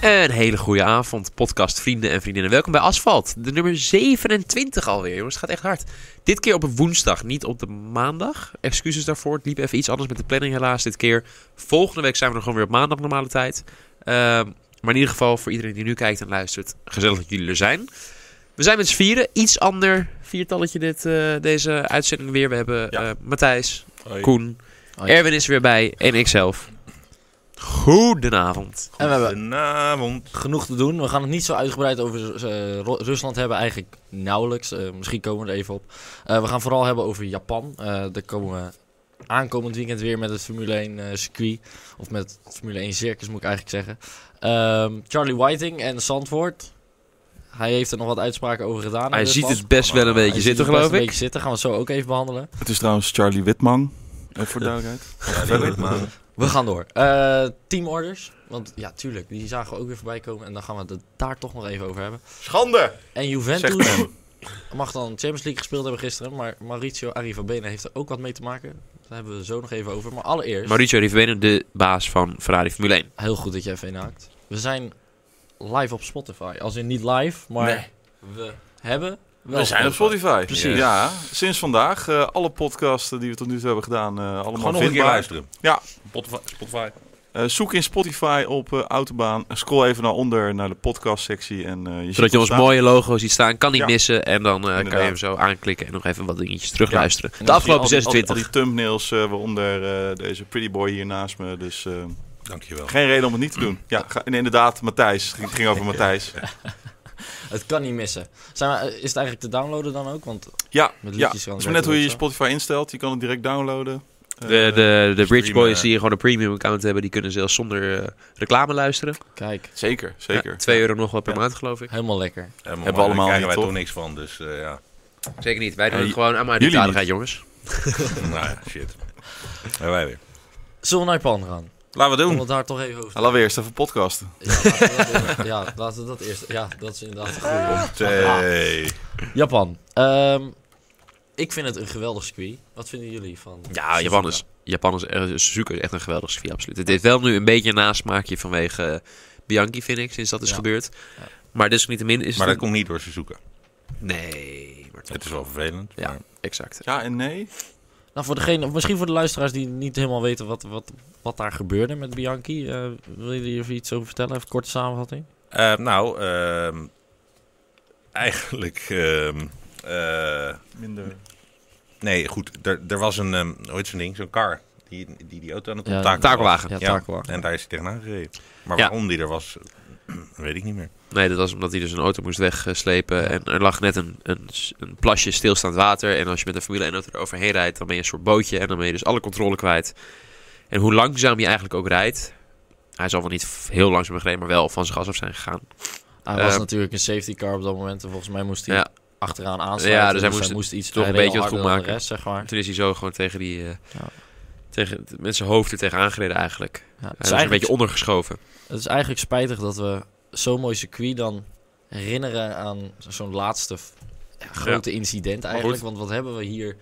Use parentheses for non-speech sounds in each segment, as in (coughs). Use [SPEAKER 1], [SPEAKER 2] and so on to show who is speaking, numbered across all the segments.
[SPEAKER 1] Een hele goede avond, podcast vrienden en vriendinnen. Welkom bij Asfalt, de nummer 27 alweer. Jongens, het gaat echt hard. Dit keer op een woensdag, niet op de maandag. Excuses daarvoor, het liep even iets anders met de planning helaas dit keer. Volgende week zijn we er gewoon weer op maandag normale tijd. Ehm, maar in ieder geval, voor iedereen die nu kijkt en luistert, gezellig dat jullie er zijn. We zijn met z'n vieren, iets ander viertalletje dit, eh, deze uitzending weer. We hebben
[SPEAKER 2] Ja.
[SPEAKER 1] eh, Matthijs,
[SPEAKER 2] Hoi.
[SPEAKER 1] Koen,
[SPEAKER 3] Hoi.
[SPEAKER 1] Erwin is er weer bij en ikzelf. Goedenavond.
[SPEAKER 3] En we hebben
[SPEAKER 2] Goedenavond.
[SPEAKER 3] genoeg te doen. We gaan het niet zo uitgebreid over eh, Ru- Rusland hebben, eigenlijk nauwelijks. Eh, misschien komen we er even op. Eh, we gaan vooral hebben over Japan. Eh, daar komen we aankomend weekend weer met het Formule 1 eh, circuit. Of met het Formule 1 circus moet ik eigenlijk zeggen. Ehm, Charlie Whiting en Zandvoort. Hij heeft er nog wat uitspraken over gedaan. in
[SPEAKER 1] Hij
[SPEAKER 3] Rusland.
[SPEAKER 1] ziet het best wel een
[SPEAKER 3] eh, Hij
[SPEAKER 1] beetje
[SPEAKER 3] ziet
[SPEAKER 1] zitten,
[SPEAKER 3] het best
[SPEAKER 1] geloof
[SPEAKER 3] Een
[SPEAKER 1] ik.
[SPEAKER 3] beetje zitten, gaan we het zo ook even behandelen.
[SPEAKER 4] Het is trouwens Charlie Witman. Even voor de duidelijkheid.
[SPEAKER 3] We gaan door. Eh teamorders. Want ja, tuurlijk, die zagen we ook weer voorbij komen. En dan gaan we het daar toch nog even over hebben.
[SPEAKER 2] Schande!
[SPEAKER 3] En Juventus (laughs) mag dan Champions League gespeeld hebben gisteren. Maar Mauricio Arrivabene heeft er ook wat mee te maken. Daar hebben we zo nog even over. Maar allereerst,
[SPEAKER 1] Mauricio Riveno, de baas van Ferrari Formule 1.
[SPEAKER 3] heel goed dat je even inhaakt. We zijn live op Spotify. Als in niet live, maar we hebben wel
[SPEAKER 2] We zijn
[SPEAKER 4] Op Spotify.
[SPEAKER 1] Precies.
[SPEAKER 4] Ja, sinds vandaag. eh, alle podcasten die we tot nu toe hebben gedaan, eh allemaal
[SPEAKER 2] Gewoon nog een keer
[SPEAKER 4] vindbaar.
[SPEAKER 2] luisteren.
[SPEAKER 4] Ja.
[SPEAKER 2] Spotify. Spotify.
[SPEAKER 4] Eh, zoek in Spotify op eh, Autobaan. Scroll even naar onder, naar de podcastsectie. En, eh, je ziet
[SPEAKER 1] Zodat je ons
[SPEAKER 4] staan.
[SPEAKER 1] mooie logo ziet staan, kan niet
[SPEAKER 4] Ja.
[SPEAKER 1] missen. En dan eh, kan
[SPEAKER 4] Inderdaad.
[SPEAKER 1] je hem zo aanklikken en nog even wat dingetjes terugluisteren.
[SPEAKER 3] dan
[SPEAKER 1] De
[SPEAKER 3] zie je
[SPEAKER 1] afgelopen
[SPEAKER 4] Al die- al die-
[SPEAKER 1] 26.
[SPEAKER 4] Al die, thumbnails, eh, waaronder eh, deze pretty boy hier naast me. Dus eh,
[SPEAKER 2] Dankjewel.
[SPEAKER 4] geen reden om het niet te doen. Ja, ga- en inderdaad, Matthijs. Het ging- het ging over Matthijs.
[SPEAKER 3] Het kan niet missen. Zijn we, eh, is het eigenlijk te downloaden dan ook? Want
[SPEAKER 4] Ja,
[SPEAKER 3] Met
[SPEAKER 4] ja.
[SPEAKER 3] liedjes
[SPEAKER 4] Het is
[SPEAKER 3] kan het
[SPEAKER 4] maar net hoe je je
[SPEAKER 3] ook, hè?
[SPEAKER 4] Spotify instelt. Je kan het direct downloaden.
[SPEAKER 1] De,
[SPEAKER 4] Eh,
[SPEAKER 1] de, de Bridge
[SPEAKER 2] streamen.
[SPEAKER 1] Boys die gewoon een premium account hebben, die kunnen zelfs zonder eh, reclame luisteren.
[SPEAKER 3] kijk,
[SPEAKER 4] Zeker, zeker.
[SPEAKER 1] Ja, 2 euro nog wel per
[SPEAKER 4] Ja.
[SPEAKER 1] maand, geloof ik.
[SPEAKER 3] helemaal lekker.
[SPEAKER 2] Hebben
[SPEAKER 4] we allemaal
[SPEAKER 2] krijgen
[SPEAKER 4] niet,
[SPEAKER 2] wij toch
[SPEAKER 4] toch?
[SPEAKER 2] niks van, dus eh, (laughs) ja.
[SPEAKER 1] Zeker niet. Wij doen
[SPEAKER 4] Ja,
[SPEAKER 1] het
[SPEAKER 4] j-
[SPEAKER 1] gewoon aan mijn
[SPEAKER 4] jullie
[SPEAKER 1] aardigheid, jongens.
[SPEAKER 2] nou ja, shit. En wij weer.
[SPEAKER 3] Zullen we naar Japan gaan?
[SPEAKER 2] Laten we
[SPEAKER 3] Om
[SPEAKER 2] doen.
[SPEAKER 3] het daar toch even over te
[SPEAKER 4] Nou, Laten we eerst even podcasten.
[SPEAKER 3] Ja, laten we dat doen. ja, laten we dat eerst. Ja, dat is inderdaad een goede.
[SPEAKER 4] (laughs)
[SPEAKER 2] Ah, Hey.
[SPEAKER 3] Japan. Ehm, ik vind het een geweldig circuit. Wat vinden jullie van?
[SPEAKER 1] Ja, Japan is, Japan is, eh, Suzuka is echt een geweldig circuit, absoluut. Het heeft wel nu een beetje een nasmaakje vanwege eh, Bianchi, vind ik, sinds dat is
[SPEAKER 3] Ja.
[SPEAKER 1] gebeurd.
[SPEAKER 3] Ja.
[SPEAKER 1] Maar desalniettemin is
[SPEAKER 2] Maar
[SPEAKER 1] het...
[SPEAKER 2] dat komt niet door ze zoeken.
[SPEAKER 1] een- Nee, maar toch.
[SPEAKER 2] Het is wel vervelend.
[SPEAKER 1] Ja.
[SPEAKER 2] maar-
[SPEAKER 1] Exact.
[SPEAKER 4] Ja en nee.
[SPEAKER 3] Nou, voor degene, of misschien voor de luisteraars die niet helemaal weten wat, wat, wat daar gebeurde met Bianchi. eh, wil je hier even iets over vertellen? Even korte samenvatting.
[SPEAKER 2] Eh, nou, ehm, eigenlijk... ehm, eh,
[SPEAKER 4] Minder.
[SPEAKER 2] nee, goed. Er, er was een, ehm, hoe heet zo'n ding? Zo'n car. Die, die die auto aan het
[SPEAKER 3] Ja,
[SPEAKER 2] onttakelen was.
[SPEAKER 1] Takelwagen.
[SPEAKER 3] Ja,
[SPEAKER 2] Ja.
[SPEAKER 3] Takwa.
[SPEAKER 2] En daar is hij tegenaan gereden. Maar
[SPEAKER 1] Ja.
[SPEAKER 2] waarom die er was, weet ik niet meer.
[SPEAKER 1] Nee, dat was omdat hij dus een auto moest wegslepen. En er lag net een, een, s- een plasje stilstaand water. En als je met een Formule 1 auto eroverheen rijdt, dan ben je een soort bootje. En dan ben je dus alle controle kwijt. En hoe langzaam je eigenlijk ook rijdt. Hij zal wel niet f- heel langzaam gereden, maar wel van zijn gas af zijn gegaan.
[SPEAKER 3] Hij was
[SPEAKER 1] Eh,
[SPEAKER 3] natuurlijk een safety car op dat moment. En volgens mij moest hij
[SPEAKER 1] Ja.
[SPEAKER 3] achteraan aansluiten.
[SPEAKER 1] Ja, dus hij moest
[SPEAKER 3] moest, iets
[SPEAKER 1] toch
[SPEAKER 3] hij
[SPEAKER 1] een
[SPEAKER 3] reed
[SPEAKER 1] beetje
[SPEAKER 3] al
[SPEAKER 1] het goed
[SPEAKER 3] harder dan
[SPEAKER 1] maken.
[SPEAKER 3] De rest, zeg maar.
[SPEAKER 1] Toen is hij zo gewoon tegen die... eh,
[SPEAKER 3] Ja.
[SPEAKER 1] tegen, met zijn hoofd er tegenaan gereden eigenlijk. Hij
[SPEAKER 3] Ja, het,
[SPEAKER 1] was
[SPEAKER 3] is
[SPEAKER 1] een
[SPEAKER 3] Dus eigenlijk,
[SPEAKER 1] beetje ondergeschoven.
[SPEAKER 3] het is eigenlijk spijtig dat we zo'n mooi circuit dan herinneren aan zo'n laatste ja, grote incident eigenlijk. Want wat hebben we hier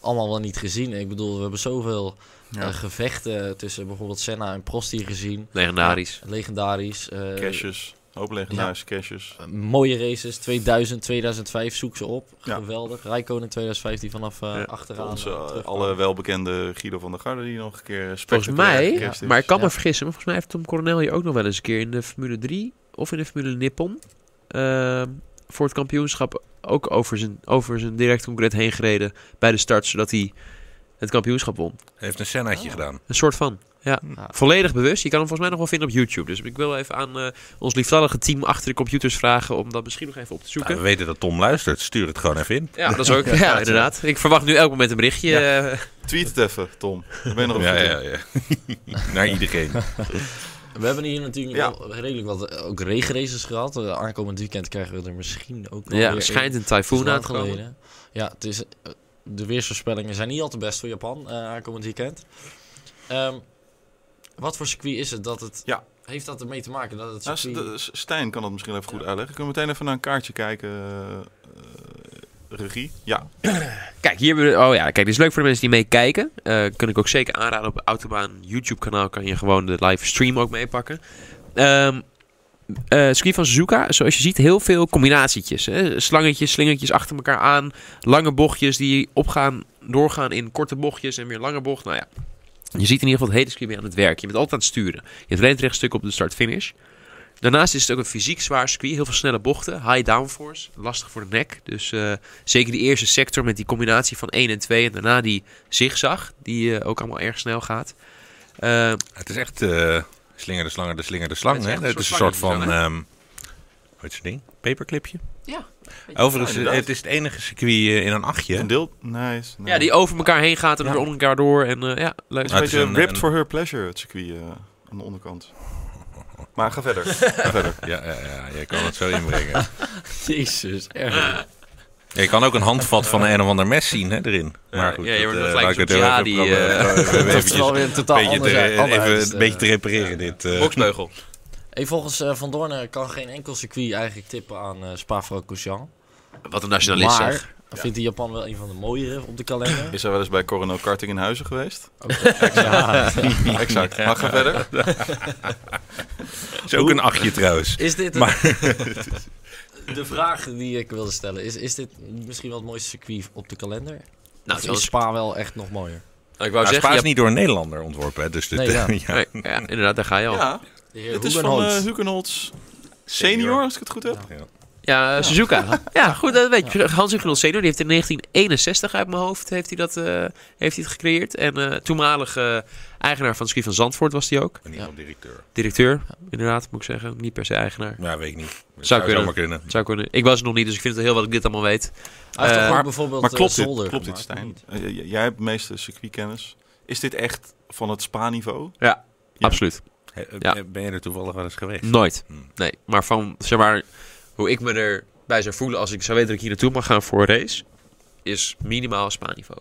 [SPEAKER 3] allemaal wel niet gezien? Ik bedoel, we hebben zoveel
[SPEAKER 4] Ja.
[SPEAKER 3] eh, gevechten tussen bijvoorbeeld Senna en Prosti gezien.
[SPEAKER 1] Legendarisch.
[SPEAKER 3] Legendarisch. eh,
[SPEAKER 4] Caches. Hoop legendarische caches.
[SPEAKER 3] eh, mooie races. 2000, 2005, zoek ze op.
[SPEAKER 4] Ja.
[SPEAKER 3] Geweldig. Rijkoon in 2015 vanaf eh,
[SPEAKER 1] Ja,
[SPEAKER 3] achteraan.
[SPEAKER 4] Onze
[SPEAKER 3] eh,
[SPEAKER 4] eh,
[SPEAKER 3] terug.
[SPEAKER 4] alle welbekende Guido van der Garde die nog een keer eh,
[SPEAKER 1] Volgens
[SPEAKER 4] spectaculair
[SPEAKER 1] mij,
[SPEAKER 4] gecast is.
[SPEAKER 1] maar ik kan me
[SPEAKER 3] Dus, Ja.
[SPEAKER 1] vergissen, maar volgens mij heeft Tom Coronel hier ook nog wel eens een keer in de Formule 3 of in de Formule Nippon ehm, voor het kampioenschap ook over zijn, over zijn direct concurrent heen gereden bij de start, zodat hij het kampioenschap won.
[SPEAKER 2] Hij heeft een Sennaatje
[SPEAKER 3] Oh.
[SPEAKER 2] gedaan.
[SPEAKER 1] Een soort van. Ja.
[SPEAKER 3] Ja.
[SPEAKER 1] Volledig bewust. Je kan hem volgens mij nog wel vinden op YouTube. Dus ik wil even aan eh, ons liefdallige team achter de computers vragen om dat misschien nog even op te
[SPEAKER 2] Nou,
[SPEAKER 1] zoeken.
[SPEAKER 2] we weten dat Tom luistert. Stuur het gewoon even in.
[SPEAKER 1] Ja, dat is ook. (laughs) Ja, inderdaad. Ik verwacht nu elk moment een berichtje. eh,
[SPEAKER 4] Tweet het even, Tom. Dan ben je nog op
[SPEAKER 2] Ja,
[SPEAKER 4] goed
[SPEAKER 2] ja, ja. (laughs) Naar iedereen.
[SPEAKER 3] We hebben hier natuurlijk
[SPEAKER 4] Ja.
[SPEAKER 3] wel redelijk wat eh, ook regenraces gehad. Eh, aankomend weekend krijgen we er misschien ook wel
[SPEAKER 1] ja,
[SPEAKER 3] weer
[SPEAKER 1] schijnt
[SPEAKER 3] een.
[SPEAKER 1] een
[SPEAKER 3] Het is
[SPEAKER 1] tyfoon
[SPEAKER 3] lang
[SPEAKER 1] aan te komen.
[SPEAKER 3] geleden. Ja, het is, eh, de weersvoorspellingen zijn niet al te best voor Japan eh, aankomend weekend. Ehm, wat voor circuit is het dat het...
[SPEAKER 4] Ja.
[SPEAKER 3] Heeft dat ermee te maken dat het
[SPEAKER 4] Nou, S-
[SPEAKER 3] circuit...
[SPEAKER 4] de- S- Stijn kan dat misschien even goed
[SPEAKER 3] Ja.
[SPEAKER 4] uitleggen. Kunnen we meteen even naar een kaartje kijken, eh, eh, regie? Ja,
[SPEAKER 1] Kijk, hier hebben we- Oh ja, kijk, dit is leuk voor de mensen die meekijken. Eh kan ik ook zeker aanraden op Autobaan YouTube kanaal kan je gewoon de live stream ook meepakken. Ehm, eh circuit van Suzuka, zoals je ziet, heel veel combinatietjes. Hè? Slangetjes, slingertjes achter elkaar aan. Lange bochtjes die opgaan, doorgaan in korte bochtjes en weer lange bocht. Nou ja, je ziet in ieder geval het hele circuit mee aan het werk. Je bent altijd aan het sturen. Je hebt alleen het rechtstuk op de start-finish. Daarnaast is het ook een fysiek zwaar circuit. Heel veel snelle bochten, high downforce, lastig voor de nek. Dus eh, zeker die eerste sector met die combinatie van 1 en 2 en daarna die zigzag, die eh, ook allemaal erg snel gaat. Eh,
[SPEAKER 2] Het is echt eh slinger de slanger de slinger de slang.
[SPEAKER 1] Het
[SPEAKER 2] hè?
[SPEAKER 1] is
[SPEAKER 2] Het
[SPEAKER 1] echt
[SPEAKER 2] is,
[SPEAKER 1] een
[SPEAKER 2] een
[SPEAKER 1] soort
[SPEAKER 2] soort
[SPEAKER 1] slangenvlies
[SPEAKER 2] van...
[SPEAKER 1] dan,
[SPEAKER 2] ehm hoe heet zo'n ding? Paperclipje?
[SPEAKER 1] ja,
[SPEAKER 2] Overigens,
[SPEAKER 4] inderdaad.
[SPEAKER 2] het is het enige circuit eh, in een achtje.
[SPEAKER 4] Een deel? Nee. is- nee.
[SPEAKER 1] ja, die over elkaar heen gaat en
[SPEAKER 4] Ja.
[SPEAKER 1] weer onder elkaar door. En eh, ja, leuk.
[SPEAKER 4] Het
[SPEAKER 2] Ah,
[SPEAKER 4] is een
[SPEAKER 2] het is
[SPEAKER 4] beetje
[SPEAKER 2] een-
[SPEAKER 4] ripped
[SPEAKER 2] een-
[SPEAKER 4] for her pleasure, het circuit eh, aan de onderkant. Maar ga verder. ga
[SPEAKER 2] (laughs)
[SPEAKER 4] verder.
[SPEAKER 2] Ja, ja, ja, je kan het zo inbrengen.
[SPEAKER 3] Jezus, erg.
[SPEAKER 2] je kan ook een handvat van een of ander mes zien hè, erin. Maar goed,
[SPEAKER 1] ja, je wordt
[SPEAKER 2] eh,
[SPEAKER 1] wel gelijk eh,
[SPEAKER 2] laat ik
[SPEAKER 1] een
[SPEAKER 2] het heel
[SPEAKER 1] soort
[SPEAKER 2] even
[SPEAKER 1] jihadi, (laughs)
[SPEAKER 2] proberen. (laughs) Even
[SPEAKER 3] Dat is
[SPEAKER 2] eventjes
[SPEAKER 3] wel
[SPEAKER 2] een
[SPEAKER 3] weer een totaal
[SPEAKER 2] beetje
[SPEAKER 3] anders.
[SPEAKER 2] te- even
[SPEAKER 3] anders
[SPEAKER 1] eh,
[SPEAKER 2] een beetje te repareren dit. eh.
[SPEAKER 1] Boksbeugel.
[SPEAKER 3] Hey, volgens eh, Van Doorn kan geen enkel circuit eigenlijk tippen aan eh Spa-Francorchamps.
[SPEAKER 1] Wat een nationalist
[SPEAKER 3] maar
[SPEAKER 1] zeg.
[SPEAKER 3] vindt hij Japan wel een van de mooiere op de
[SPEAKER 2] (laughs)
[SPEAKER 3] kalender?
[SPEAKER 4] Is hij wel eens bij Coronel Karting in Huizen geweest?
[SPEAKER 1] Oh,
[SPEAKER 3] Ja.
[SPEAKER 4] Exact. Maar ga verder.
[SPEAKER 2] is ook een achtje
[SPEAKER 1] (laughs)
[SPEAKER 2] trouwens.
[SPEAKER 3] Is dit een- (laughs) de vraag die ik wilde stellen? Is, is dit misschien wel het mooiste circuit op de kalender?
[SPEAKER 1] Nou,
[SPEAKER 3] of is
[SPEAKER 1] zoals,
[SPEAKER 3] Spa wel echt nog mooier?
[SPEAKER 1] ik wou
[SPEAKER 2] Nou, Spa
[SPEAKER 1] zeggen,
[SPEAKER 2] is
[SPEAKER 1] ja,
[SPEAKER 2] niet door een Nederlander ontworpen. Hè, dus dit,
[SPEAKER 3] Nee,
[SPEAKER 2] (laughs)
[SPEAKER 3] ja.
[SPEAKER 2] ja.
[SPEAKER 1] nee, ja, inderdaad, daar ga je al. Ja,
[SPEAKER 4] Ja,
[SPEAKER 3] De heer
[SPEAKER 4] het is van
[SPEAKER 3] Hoegenhout.
[SPEAKER 4] eh Hugenholz senior,
[SPEAKER 2] Senior.
[SPEAKER 4] als ik het goed heb.
[SPEAKER 1] eh, (laughs) Suzuka. ja, goed, dat weet je. Hans Hugenol senior, die heeft in 1961 uit mijn hoofd heeft hij dat, eh, heeft hij het gecreëerd. En eh, toenmalig eh, eigenaar van het circuit van Zandvoort was hij ook.
[SPEAKER 2] En iemand directeur.
[SPEAKER 1] Directeur, inderdaad, moet ik zeggen. Niet per se eigenaar.
[SPEAKER 2] Ja, weet ik niet. Zou,
[SPEAKER 1] kunnen.
[SPEAKER 2] zomaar kunnen.
[SPEAKER 1] Zou kunnen. Ik was er nog niet, dus ik vind het heel wat ik dit allemaal weet.
[SPEAKER 3] Hij heeft
[SPEAKER 1] Eh,
[SPEAKER 3] toch ook
[SPEAKER 4] maar-
[SPEAKER 3] bijvoorbeeld
[SPEAKER 4] Maar
[SPEAKER 3] eh,
[SPEAKER 4] klopt dit,
[SPEAKER 3] Zolder
[SPEAKER 4] klopt dit
[SPEAKER 3] gemaakt, of
[SPEAKER 4] Stijn?
[SPEAKER 3] niet?
[SPEAKER 4] Eh, j- jij hebt de meeste circuitkennis. Is dit echt van het Spa-niveau?
[SPEAKER 1] Ja,
[SPEAKER 4] Ja.
[SPEAKER 1] absoluut.
[SPEAKER 4] (laughs)
[SPEAKER 2] He-
[SPEAKER 1] Ja.
[SPEAKER 2] Ben je er toevallig wel eens geweest?
[SPEAKER 1] Nooit.
[SPEAKER 2] Hmm.
[SPEAKER 1] Nee, maar van zeg maar hoe ik me erbij zou voelen als ik zou weten dat ik hier naartoe mag gaan voor een race, is minimaal Spa-niveau.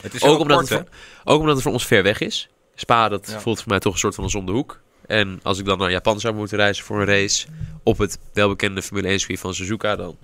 [SPEAKER 2] Het is
[SPEAKER 1] Ook
[SPEAKER 2] heel
[SPEAKER 1] omdat,
[SPEAKER 2] apart,
[SPEAKER 1] het voor, ook omdat het voor ons ver weg is. Spa, dat
[SPEAKER 4] Ja.
[SPEAKER 1] voelt voor mij toch een soort van als om de hoek. En als ik dan naar Japan zou moeten reizen voor een race op het welbekende Formule 1 circuit van Suzuka, dan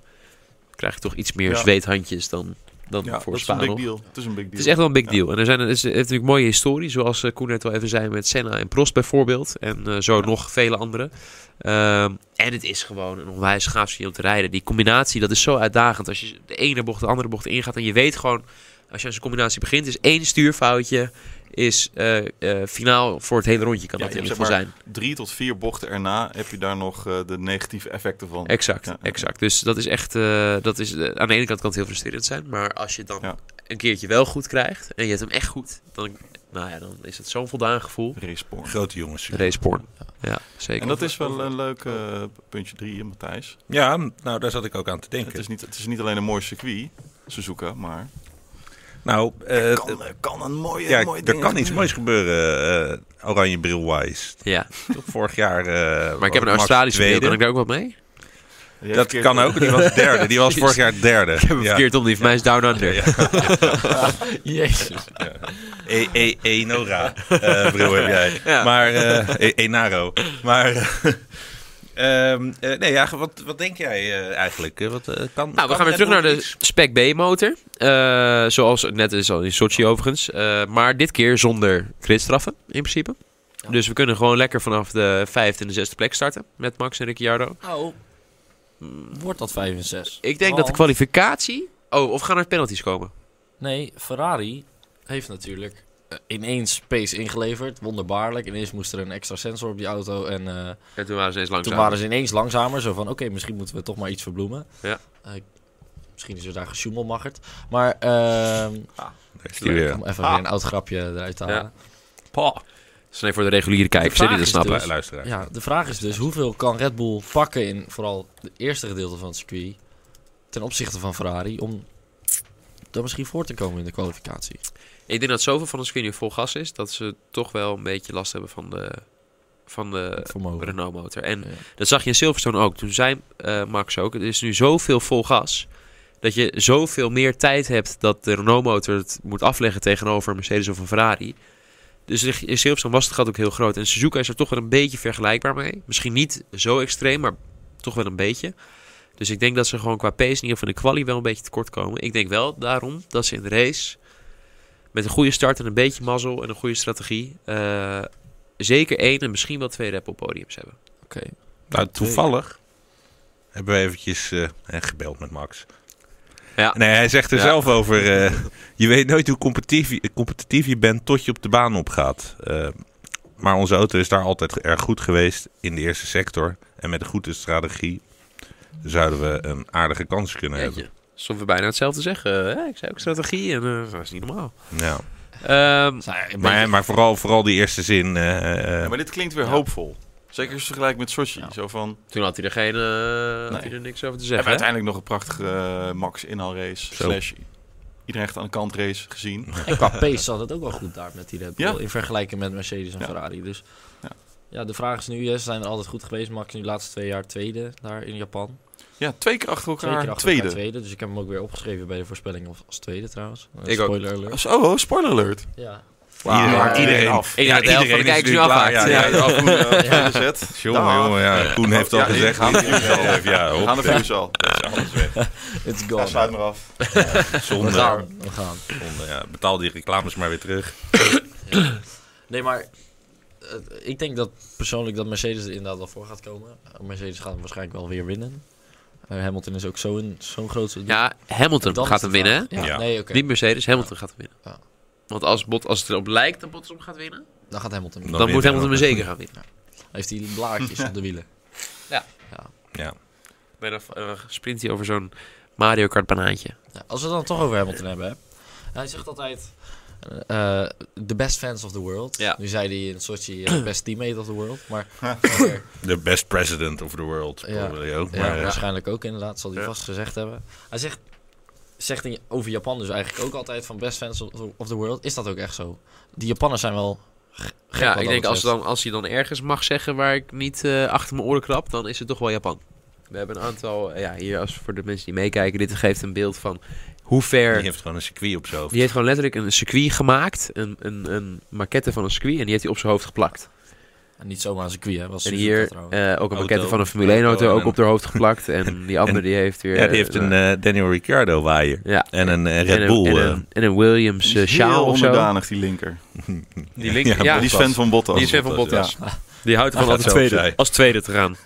[SPEAKER 1] krijg ik toch iets meer
[SPEAKER 4] Ja.
[SPEAKER 1] zweethandjes dan, dan
[SPEAKER 4] Ja,
[SPEAKER 1] voor
[SPEAKER 4] dat is
[SPEAKER 1] Spa
[SPEAKER 4] een big
[SPEAKER 1] nog.
[SPEAKER 4] deal. Het is een big deal.
[SPEAKER 1] Het is echt wel een big
[SPEAKER 4] Ja.
[SPEAKER 1] deal. En er, zijn, er is- er heeft natuurlijk mooie historie, zoals eh, Koen net al even zei met Senna en Prost bijvoorbeeld. En eh, zo nog vele anderen. Ehm, en het is gewoon een onwijs gaaf circuit om te rijden. Die combinatie, dat is zo uitdagend. Als je de ene bocht de andere bocht ingaat en je weet gewoon... Als je aan zo'n combinatie begint, is één stuurfoutje... is eh, eh, finaal voor het hele rondje, kan
[SPEAKER 4] Ja,
[SPEAKER 1] dat
[SPEAKER 4] je
[SPEAKER 1] in ieder
[SPEAKER 4] hebt
[SPEAKER 1] geval
[SPEAKER 4] zeg
[SPEAKER 1] zijn.
[SPEAKER 4] Drie tot vier bochten erna heb je daar nog eh, de negatieve effecten van.
[SPEAKER 1] Exact,
[SPEAKER 4] Ja, ja, ja.
[SPEAKER 1] exact. Dus dat is echt... eh, dat is, eh, aan de ene kant kan het heel frustrerend zijn... maar als je het dan
[SPEAKER 4] Ja.
[SPEAKER 1] een keertje wel goed krijgt... en je hebt hem echt goed... dan, nou ja, dan is het zo'n voldaan gevoel...
[SPEAKER 4] Raceporn.
[SPEAKER 2] hè? Grote jongens.
[SPEAKER 1] Race porn. Ja, zeker.
[SPEAKER 4] En dat is wel een leuk eh, puntje drie, Matthijs.
[SPEAKER 2] Ja, nou daar zat ik ook aan te denken.
[SPEAKER 4] Het is, niet, het is niet alleen een mooi circuit, Suzuka, maar...
[SPEAKER 2] Nou, eh,
[SPEAKER 4] kan een mooie,
[SPEAKER 2] ja, er kan iets moois gebeuren. eh oranje bril-wise.
[SPEAKER 1] Ja,
[SPEAKER 2] Toch Vorig jaar. eh,
[SPEAKER 1] maar ik heb een
[SPEAKER 2] was Max
[SPEAKER 1] Australische
[SPEAKER 2] tweede.
[SPEAKER 1] beeld. Kan ik daar ook wat mee?
[SPEAKER 2] Dat kan ook. Die was derde. Die
[SPEAKER 1] (laughs)
[SPEAKER 2] was vorig jaar derde. Ik heb
[SPEAKER 1] Verkeerd om, die van mij is down under. (laughs)
[SPEAKER 3] Jezus.
[SPEAKER 2] E, e, Enora eh bril heb jij.
[SPEAKER 1] (laughs) Ja.
[SPEAKER 2] Maar, eh, e- Enaro. Maar, eh, ehm, eh, nee, ja, wat, wat denk jij eh, eigenlijk? Eh, Wat, eh, kan,
[SPEAKER 1] Nou, we gaan weer terug naar de Spec B-motor. Eh, zoals het net is al in Sochi overigens. Eh, maar dit keer zonder gridstraffen in principe.
[SPEAKER 3] Ja.
[SPEAKER 1] Dus we kunnen gewoon lekker vanaf de vijfde en de zesde plek starten met Max en Ricciardo.
[SPEAKER 3] Nou, wordt dat 5 en 6?
[SPEAKER 1] Ik denk dat de
[SPEAKER 3] Want-
[SPEAKER 1] kwalificatie... Oh, of gaan er penalties komen?
[SPEAKER 3] Nee, Ferrari heeft natuurlijk eh, in één space ingeleverd. Wonderbaarlijk. Ineens moest er een extra sensor op die auto. En eh,
[SPEAKER 1] En toen waren ze eens langzaam.
[SPEAKER 3] toen waren ze ineens langzamer. Zo van, oké, misschien moeten we toch maar iets verbloemen.
[SPEAKER 1] Ja.
[SPEAKER 3] Eh, misschien is er daar gesjoemelmaggerd. Maar ehm leuk
[SPEAKER 2] Nou,
[SPEAKER 3] om even
[SPEAKER 1] Ah.
[SPEAKER 3] weer een oud grapje eruit te
[SPEAKER 1] Ja.
[SPEAKER 3] halen.
[SPEAKER 1] Dat is alleen voor de reguliere kijkers
[SPEAKER 3] De
[SPEAKER 1] die
[SPEAKER 3] vraag
[SPEAKER 1] dat
[SPEAKER 3] is
[SPEAKER 1] snappen.
[SPEAKER 3] dus-
[SPEAKER 2] Luisteraar.
[SPEAKER 3] Ja, de vraag is dus hoeveel kan Red Bull pakken in vooral het eerste gedeelte van het circuit ten opzichte van Ferrari om daar misschien voor te komen in de kwalificatie?
[SPEAKER 1] Ik denk dat zoveel van ons nu vol gas is dat ze toch wel een beetje last hebben van de, van
[SPEAKER 4] Eh,
[SPEAKER 1] de
[SPEAKER 3] Het vermogen.
[SPEAKER 1] Renault motor. En
[SPEAKER 3] Ja.
[SPEAKER 1] dat zag je in Silverstone ook. Toen zei eh, Max ook: het is nu zoveel vol gas dat je zoveel meer tijd hebt dat de Renault motor het moet afleggen tegenover een Mercedes of een Ferrari. Dus in Silverstone was het gat ook heel groot. En Suzuka is er toch wel een beetje vergelijkbaar mee. Misschien niet zo extreem, maar toch wel een beetje. Dus ik denk dat ze gewoon qua pace in ieder geval in de quali wel een beetje tekort komen. Ik denk wel daarom dat ze in de race met een goede start en een beetje mazzel en een goede strategie... eh, zeker één en misschien wel twee rep op podiums hebben.
[SPEAKER 3] Oké.
[SPEAKER 2] Nou, toevallig hebben we eventjes eh, gebeld met Max.
[SPEAKER 1] Ja.
[SPEAKER 2] Nee, hij zegt er
[SPEAKER 1] Ja.
[SPEAKER 2] zelf over. eh, (laughs) je weet nooit hoe competitief, je- competitief je bent tot je op de baan opgaat. Eh, maar onze auto is daar altijd erg goed geweest in de eerste sector. En met een goede strategie zouden we een aardige kans kunnen hebben.
[SPEAKER 1] Jeetje. Alsof we bijna hetzelfde zeggen. Hè? Ik zei ook strategie en eh, dat is niet normaal.
[SPEAKER 2] Ja.
[SPEAKER 1] Ehm,
[SPEAKER 2] Maar, maar vooral, vooral die eerste zin. eh, eh,
[SPEAKER 4] Ja, maar dit klinkt weer
[SPEAKER 3] Ja.
[SPEAKER 4] hoopvol. Zeker als je vergelijkt met Sochi.
[SPEAKER 3] Ja.
[SPEAKER 4] Zo van,
[SPEAKER 1] toen had hij er, geen, eh, had
[SPEAKER 4] Nee.
[SPEAKER 1] hij er niks over te
[SPEAKER 4] hebben we
[SPEAKER 1] zeggen. hè?
[SPEAKER 4] uiteindelijk nog een prachtige eh, Max inhaalrace.
[SPEAKER 2] Zo.
[SPEAKER 4] Slash iedereen echt aan de kant race gezien.
[SPEAKER 3] En qua pace zat het ook wel goed daar met die Red Bull.
[SPEAKER 4] Ja.
[SPEAKER 3] In vergelijking met Mercedes en
[SPEAKER 4] Ja.
[SPEAKER 3] Ferrari. Dus
[SPEAKER 4] Ja.
[SPEAKER 3] ja. de vraag is nu, hè, ze zijn er altijd goed geweest. Max nu de laatste twee jaar tweede daar in Japan.
[SPEAKER 4] Ja, twee keer achter elkaar.
[SPEAKER 3] Twee keer achter
[SPEAKER 4] tweede.
[SPEAKER 3] elkaar tweede. Dus ik heb hem ook weer opgeschreven bij de voorspelling als- als tweede trouwens. Eh,
[SPEAKER 1] Ik ook.
[SPEAKER 3] Spoiler alert.
[SPEAKER 4] Oh, oh, spoiler alert.
[SPEAKER 3] Ja.
[SPEAKER 1] Wauw.
[SPEAKER 2] iedereen,
[SPEAKER 1] Ja,
[SPEAKER 2] iedereen
[SPEAKER 4] af.
[SPEAKER 1] Ik denk dat de helft van de kijkers nu
[SPEAKER 2] natuurlijk
[SPEAKER 1] afhaakt.
[SPEAKER 2] klaar.
[SPEAKER 1] Ah, Ja.
[SPEAKER 2] Ja, ja,
[SPEAKER 4] Koen,
[SPEAKER 1] (laughs)
[SPEAKER 4] eh, tweede set.
[SPEAKER 2] Jongen,
[SPEAKER 4] Dag.
[SPEAKER 2] jongen, ja. Koen heeft al
[SPEAKER 4] Ja,
[SPEAKER 2] gezegd.
[SPEAKER 4] we gaan de views al.
[SPEAKER 2] Ja,
[SPEAKER 4] We gaan de
[SPEAKER 2] hop,
[SPEAKER 4] views al.
[SPEAKER 3] It's
[SPEAKER 4] Ja,
[SPEAKER 3] gone.
[SPEAKER 4] sluit maar af.
[SPEAKER 3] we
[SPEAKER 2] zonde.
[SPEAKER 3] gaan. We gaan.
[SPEAKER 2] Zonde, ja. Betaal die reclames maar weer terug.
[SPEAKER 3] Nee, maar eh, ik denk dat persoonlijk dat Mercedes er inderdaad wel voor gaat komen. Eh, Mercedes gaat hem waarschijnlijk wel weer winnen. Eh, Hamilton is ook zo'n zo'n grote...
[SPEAKER 1] Ja, Hamilton
[SPEAKER 3] Dan
[SPEAKER 1] gaat
[SPEAKER 3] is de
[SPEAKER 1] hem winnen. hè?
[SPEAKER 3] vraag- Ja.
[SPEAKER 2] Ja.
[SPEAKER 3] Nee, oké.
[SPEAKER 1] Niet Mercedes, Hamilton gaat hem winnen.
[SPEAKER 3] Ja.
[SPEAKER 1] Want als, Bot, als het erop lijkt dat Bottas hem gaat winnen,
[SPEAKER 3] Dan gaat Hamilton
[SPEAKER 2] Dan
[SPEAKER 3] winnen.
[SPEAKER 1] dan,
[SPEAKER 2] wint
[SPEAKER 1] moet
[SPEAKER 2] hij
[SPEAKER 1] Hamilton hem
[SPEAKER 2] wel.
[SPEAKER 1] zeker gaan winnen.
[SPEAKER 3] Heeft hij blaadjes op de wielen.
[SPEAKER 2] Ja.
[SPEAKER 1] Bij dat eh, sprint hij over zo'n Mario Kart banaantje.
[SPEAKER 3] Ja, als we het dan toch over Hamilton hebben. Hè. Hij zegt altijd... eh, eh, the best fans of the world.
[SPEAKER 1] Ja.
[SPEAKER 3] Nu zei hij in Sochi eh, best teammate of the world. Maar verder-
[SPEAKER 2] The best president of the world,
[SPEAKER 3] Ja.
[SPEAKER 2] probably ook.
[SPEAKER 3] ja,
[SPEAKER 2] Maar, eh,
[SPEAKER 3] waarschijnlijk ook inderdaad. Zal hij
[SPEAKER 1] Ja.
[SPEAKER 3] vast gezegd hebben. Hij zegt, zegt in- over Japan dus eigenlijk ook altijd van best fans of of the world. Is dat ook echt zo? Die Japanners zijn wel g- gek
[SPEAKER 1] Ja,
[SPEAKER 3] wat
[SPEAKER 1] ik
[SPEAKER 3] dat
[SPEAKER 1] denk als,
[SPEAKER 3] betreft.
[SPEAKER 1] dan, als hij dan ergens mag zeggen waar ik niet eh, achter mijn oren krap, dan is het toch wel Japan. We hebben een aantal, eh, ja, hier als voor de mensen die meekijken, dit geeft een beeld van hoe ver...
[SPEAKER 2] die heeft gewoon een circuit op zijn hoofd.
[SPEAKER 1] Die heeft gewoon letterlijk een circuit gemaakt, een, een, een maquette van een circuit, en die heeft hij op zijn hoofd geplakt.
[SPEAKER 3] En niet zomaar een circuit hè. Was
[SPEAKER 1] En
[SPEAKER 3] Suzuka
[SPEAKER 1] hier
[SPEAKER 3] trouwens. (laughs)
[SPEAKER 1] eh, ook een
[SPEAKER 2] Auto.
[SPEAKER 1] pakket van een Formule 1 auto
[SPEAKER 2] Auto en
[SPEAKER 1] ook op haar hoofd geplakt.
[SPEAKER 2] (laughs)
[SPEAKER 1] En die andere die heeft weer...
[SPEAKER 2] ja, die heeft
[SPEAKER 1] eh,
[SPEAKER 2] een eh, Daniel Ricciardo waaier.
[SPEAKER 1] ja.
[SPEAKER 2] En een eh,
[SPEAKER 1] En
[SPEAKER 2] Red Bull.
[SPEAKER 1] En
[SPEAKER 2] eh,
[SPEAKER 1] een, en een Williams
[SPEAKER 4] Die
[SPEAKER 1] eh,
[SPEAKER 4] is heel
[SPEAKER 1] sjaal of zo.
[SPEAKER 4] onderdanig, die linker.
[SPEAKER 1] Die linker- ja,
[SPEAKER 4] die is fan van Bottas.
[SPEAKER 1] Die is fan van Bottas. Die houdt ervan
[SPEAKER 2] Hij
[SPEAKER 1] als
[SPEAKER 2] gaat zelf
[SPEAKER 1] tweede,
[SPEAKER 2] zijn.
[SPEAKER 1] als tweede te gaan.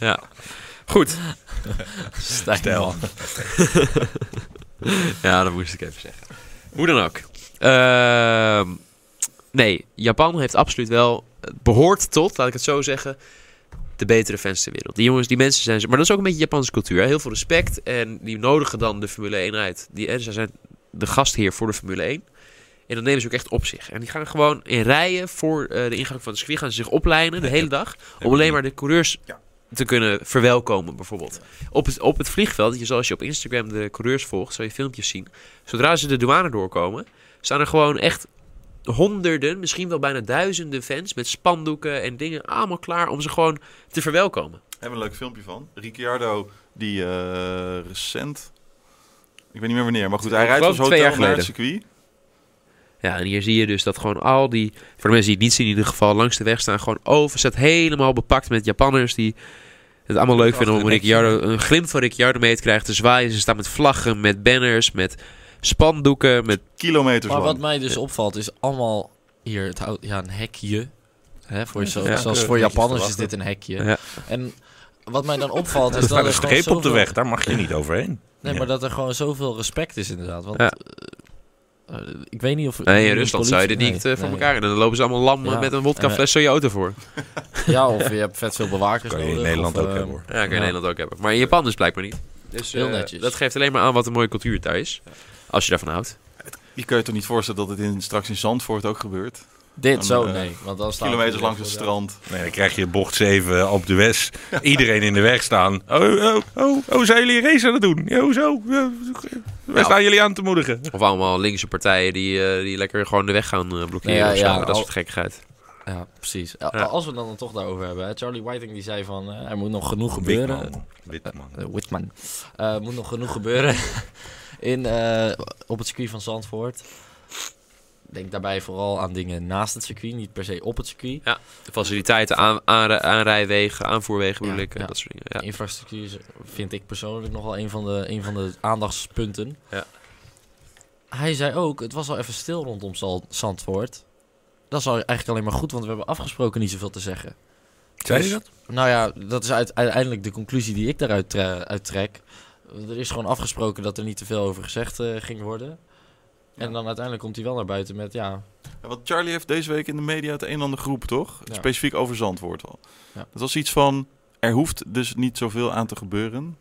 [SPEAKER 1] ja. Goed.
[SPEAKER 3] Stijn,
[SPEAKER 2] Stijl.
[SPEAKER 3] man.
[SPEAKER 1] Ja, dat moest ik even zeggen. Hoe dan ook. Ehm, nee, Japan heeft absoluut wel... het behoort tot, laat ik het zo zeggen... de betere fans ter wereld. Die jongens, die mensen zijn... ze- Maar dat is ook een beetje Japanse cultuur. hè. Heel veel respect. En die nodigen dan de Formule 1 uit. Die, hè, zij zijn de gastheer voor de Formule 1. En dat nemen ze ook echt op zich. En die gaan gewoon in rijen voor eh, de ingang van de circuit... gaan ze zich oplijnen de
[SPEAKER 2] Ja,
[SPEAKER 1] hele
[SPEAKER 2] ja.
[SPEAKER 1] dag... om alleen maar de coureurs
[SPEAKER 2] Ja.
[SPEAKER 1] te kunnen verwelkomen, bijvoorbeeld. Op het, op het vliegveld, je, zoals je op Instagram de coureurs volgt... zal je filmpjes zien... Zodra ze de douane doorkomen, staan er gewoon echt honderden, misschien wel bijna duizenden fans met spandoeken en dingen allemaal klaar om ze gewoon te verwelkomen.
[SPEAKER 4] We hebben een leuk filmpje van. Ricciardo, die eh, recent... Ik weet niet meer wanneer, maar goed, hij
[SPEAKER 1] Ik
[SPEAKER 4] rijdt
[SPEAKER 1] geloof
[SPEAKER 4] als hotel
[SPEAKER 1] twee jaar
[SPEAKER 4] naar het circuit.
[SPEAKER 1] Ja, en hier zie je dus dat gewoon al die, voor de mensen die het niet zien in ieder geval, langs de weg staan gewoon overzet, helemaal bepakt met Japanners die het allemaal leuk vinden om
[SPEAKER 2] Achter de
[SPEAKER 1] Ricciardo, een glimp van Ricciardo mee te krijgen, te zwaaien. Ze staan met vlaggen, met banners, met spandoeken, met...
[SPEAKER 4] Kilometers
[SPEAKER 3] Maar wat
[SPEAKER 4] lang.
[SPEAKER 3] mij dus opvalt is allemaal hier het hou- ja, een hekje. Hè, voor zo,
[SPEAKER 1] Ja.
[SPEAKER 3] Zoals
[SPEAKER 2] Ja.
[SPEAKER 3] voor
[SPEAKER 2] Ja.
[SPEAKER 3] Japanners is dit een hekje.
[SPEAKER 1] Ja.
[SPEAKER 3] En wat mij dan
[SPEAKER 1] (laughs)
[SPEAKER 3] opvalt
[SPEAKER 2] Er
[SPEAKER 3] is dat
[SPEAKER 2] staat
[SPEAKER 3] er
[SPEAKER 2] een
[SPEAKER 3] gewoon
[SPEAKER 2] streep op de
[SPEAKER 3] zoveel-
[SPEAKER 2] weg, daar mag je niet overheen.
[SPEAKER 3] Nee,
[SPEAKER 2] Ja.
[SPEAKER 3] maar dat er gewoon zoveel respect is inderdaad. Want
[SPEAKER 1] Ja.
[SPEAKER 3] eh, eh, ik weet niet of...
[SPEAKER 1] Nee, in
[SPEAKER 3] de
[SPEAKER 1] Rusland
[SPEAKER 3] politie-
[SPEAKER 1] zou je dit
[SPEAKER 3] nee,
[SPEAKER 1] niet eh, voor
[SPEAKER 3] nee.
[SPEAKER 1] elkaar. En dan lopen ze allemaal lam eh,
[SPEAKER 3] Ja.
[SPEAKER 1] met een
[SPEAKER 3] En,
[SPEAKER 1] wodkafles zo je auto voor.
[SPEAKER 3] Ja, of je hebt vet veel bewakers
[SPEAKER 2] kan je
[SPEAKER 3] nodig.
[SPEAKER 2] in Nederland
[SPEAKER 3] of,
[SPEAKER 2] ook
[SPEAKER 3] eh,
[SPEAKER 2] hebben hoor.
[SPEAKER 1] Ja, kan je in
[SPEAKER 3] Ja.
[SPEAKER 1] Nederland ook hebben. Maar in Japan dus blijkbaar niet. Dus
[SPEAKER 3] Heel
[SPEAKER 1] eh,
[SPEAKER 3] netjes.
[SPEAKER 1] dat geeft alleen maar aan wat een mooie cultuur daar is. Als je daarvan houdt.
[SPEAKER 4] Je kan je toch niet voorstellen dat het in, straks in Zandvoort ook gebeurt?
[SPEAKER 3] Dit zo,
[SPEAKER 4] Eh,
[SPEAKER 3] nee. Want dan staan we
[SPEAKER 4] Kilometers
[SPEAKER 3] weer
[SPEAKER 4] langs het
[SPEAKER 3] voor de-
[SPEAKER 4] strand.
[SPEAKER 2] Nee, dan krijg je bocht 7 op de West. (laughs) Iedereen in de weg staan. Oh, oh, oh, oh zijn jullie een race aan het doen? Ja, hoezo? Ja, Wij
[SPEAKER 1] Nou.
[SPEAKER 2] staan jullie aan te moedigen.
[SPEAKER 1] Of allemaal linkse partijen die, eh, die lekker gewoon de weg gaan eh, blokkeren.
[SPEAKER 3] Nee, ja,
[SPEAKER 1] of zo.
[SPEAKER 3] ja,
[SPEAKER 1] dat
[SPEAKER 3] al-
[SPEAKER 1] soort gekkigheid.
[SPEAKER 3] Ja, precies. A- Als we het dan, dan toch daarover hebben. hè, Charlie Whiting die zei van, eh, er moet nog genoeg gebeuren.
[SPEAKER 2] Witman. Witman.
[SPEAKER 3] Eh, Whitman. Eh, moet nog genoeg gebeuren (laughs) in, eh, op het circuit van Zandvoort. Denk daarbij vooral aan dingen naast het circuit, niet per se op het circuit.
[SPEAKER 1] De faciliteiten, aan, aan, aanrijwegen, aanvoerwegen bedoel
[SPEAKER 3] Ja,
[SPEAKER 1] ik. eh,
[SPEAKER 3] ja.
[SPEAKER 1] Dat soort dingen. Ja.
[SPEAKER 3] Infrastructuur is- vind ik persoonlijk nog wel een van de, een van de aandachtspunten.
[SPEAKER 1] Ja.
[SPEAKER 3] Hij zei ook, het was al even stil rondom Zal- Zandvoort. Dat is al eigenlijk alleen maar goed, want we hebben afgesproken niet zoveel te zeggen.
[SPEAKER 2] Zei je
[SPEAKER 3] Dus-
[SPEAKER 2] dat?
[SPEAKER 3] Nou ja, dat is uit- uiteindelijk de conclusie die ik daaruit tre- uit trek. Want Er is gewoon afgesproken dat er niet te veel over gezegd eh, ging worden. En dan uiteindelijk komt hij wel naar buiten met, ja,
[SPEAKER 4] Ja, want Charlie heeft deze week in de media het een en ander groep, toch?
[SPEAKER 3] Ja.
[SPEAKER 4] Specifiek over Zandvoort al.
[SPEAKER 3] Ja.
[SPEAKER 4] Dat was iets van, er hoeft dus niet zoveel aan te gebeuren.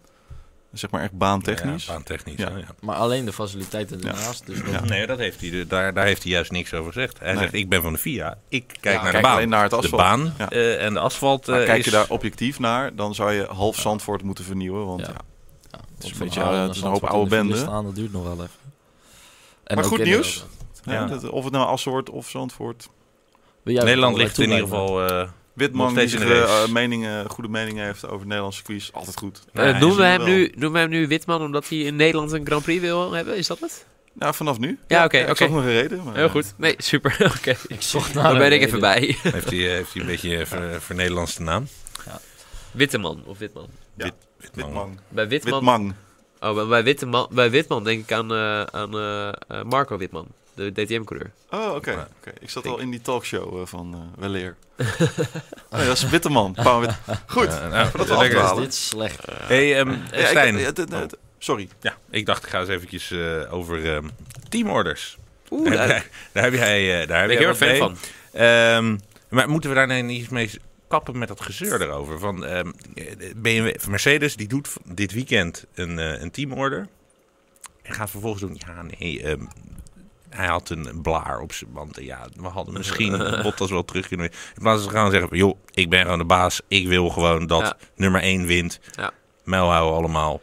[SPEAKER 4] Zeg maar echt baantechnisch.
[SPEAKER 2] Ja, baantechnisch.
[SPEAKER 4] Ja.
[SPEAKER 2] hè, ja.
[SPEAKER 3] maar alleen de faciliteiten ernaast. Dus dat-
[SPEAKER 4] Ja.
[SPEAKER 2] Nee, dat heeft hij, daar, daar heeft hij juist niks over gezegd. Hij
[SPEAKER 4] Nee.
[SPEAKER 2] zegt, ik ben van de VIA, ik kijk
[SPEAKER 3] Ja,
[SPEAKER 2] naar
[SPEAKER 4] Kijk
[SPEAKER 2] de baan.
[SPEAKER 4] alleen naar het
[SPEAKER 2] de
[SPEAKER 4] asfalt.
[SPEAKER 2] baan
[SPEAKER 4] Ja.
[SPEAKER 2] eh, en de asfalt
[SPEAKER 4] Maar
[SPEAKER 2] eh,
[SPEAKER 4] kijk
[SPEAKER 2] is...
[SPEAKER 4] je daar objectief naar, dan zou je half Zandvoort moeten vernieuwen. Want
[SPEAKER 3] Ja.
[SPEAKER 4] ja.
[SPEAKER 3] ja,
[SPEAKER 4] is een
[SPEAKER 3] van
[SPEAKER 4] beetje,
[SPEAKER 3] Halen
[SPEAKER 4] eh,
[SPEAKER 3] naar
[SPEAKER 4] het is een hoop
[SPEAKER 3] Zandvoort in de
[SPEAKER 4] oude
[SPEAKER 3] file
[SPEAKER 4] bende.
[SPEAKER 3] Staan, dat duurt nog wel even. En
[SPEAKER 4] Maar
[SPEAKER 3] ook
[SPEAKER 4] goed
[SPEAKER 3] in
[SPEAKER 4] nieuws.
[SPEAKER 3] Europa.
[SPEAKER 4] hè,
[SPEAKER 2] Ja.
[SPEAKER 4] dat- of het nou Assoort of Zandvoort.
[SPEAKER 3] Wil jij
[SPEAKER 2] Nederland
[SPEAKER 3] wel
[SPEAKER 2] ligt in ieder
[SPEAKER 3] naartoe blijven?
[SPEAKER 2] geval... eh, Nog
[SPEAKER 4] Witman die
[SPEAKER 2] steeds
[SPEAKER 4] zich,
[SPEAKER 2] in de race.
[SPEAKER 4] eh, meningen, goede meningen heeft over het Nederlandse quiz. Altijd goed.
[SPEAKER 2] nou, hij
[SPEAKER 1] Eh, noemen,
[SPEAKER 2] is-
[SPEAKER 1] we
[SPEAKER 4] nu
[SPEAKER 1] hem
[SPEAKER 4] wel.
[SPEAKER 1] nu, noemen we hem nu Witman omdat hij in Nederland een Grand Prix wil hebben? Is dat het?
[SPEAKER 4] Nou, vanaf nu.
[SPEAKER 1] Ja, oké,
[SPEAKER 4] Ik
[SPEAKER 1] oké.
[SPEAKER 4] zag nog een reden. Maar,
[SPEAKER 1] Heel goed. Nee, super. (laughs) Oké.
[SPEAKER 3] Nou, Ik zocht naar
[SPEAKER 1] Daar ben
[SPEAKER 3] een
[SPEAKER 1] ik even
[SPEAKER 3] reden.
[SPEAKER 1] bij.
[SPEAKER 2] heeft, hij, eh, (laughs) heeft hij een beetje eh, ver, ver Nederlandse naam?
[SPEAKER 1] (laughs) Witteman of Witman.
[SPEAKER 4] Witman.
[SPEAKER 1] Bij Witman.
[SPEAKER 4] Witmang.
[SPEAKER 1] Oh, bij, bij, Witteman, bij Witman denk ik aan, eh, aan eh, eh, Marco Witman, de DTM-coureur.
[SPEAKER 4] Oh, oké.
[SPEAKER 2] Ja.
[SPEAKER 4] oké. Ik zat al in die talkshow eh, van eh Weleer. nee, dat is Witteman. Paul Wit- Goed.
[SPEAKER 2] Eh, nou,
[SPEAKER 4] Voordat we
[SPEAKER 2] eh, lekker.
[SPEAKER 4] afdwalen.
[SPEAKER 3] Dit is slecht.
[SPEAKER 2] Hey, ehm, eh,
[SPEAKER 4] Ja, ik-
[SPEAKER 2] Stijn.
[SPEAKER 4] het- het- het- sorry.
[SPEAKER 2] Ja, ik dacht ik ga eens eventjes eh, over ehm, teamorders.
[SPEAKER 1] Oeh,
[SPEAKER 2] Daar,
[SPEAKER 1] daar
[SPEAKER 2] heb
[SPEAKER 1] ben
[SPEAKER 2] jij- daar heb jij, eh daar heb
[SPEAKER 1] ik
[SPEAKER 2] jij
[SPEAKER 1] heel
[SPEAKER 2] wat
[SPEAKER 1] erg fan
[SPEAKER 2] mee.
[SPEAKER 1] van.
[SPEAKER 2] Ehm, maar moeten we daar nou niet eens mee kappen met dat gezeur erover? Van, ehm, BMW, Mercedes die doet v- dit weekend een, eh, een teamorder. En gaat vervolgens doen, ja nee, ehm, hij had een blaar op zijn band. En ja, we hadden
[SPEAKER 1] (laughs)
[SPEAKER 2] misschien Bottas wel terug kunnen. In plaats van te gaan zeggen, joh, ik ben gewoon de baas. Ik wil gewoon dat
[SPEAKER 1] Ja.
[SPEAKER 2] nummer 1 wint.
[SPEAKER 1] Ja.
[SPEAKER 2] Mijl houden allemaal.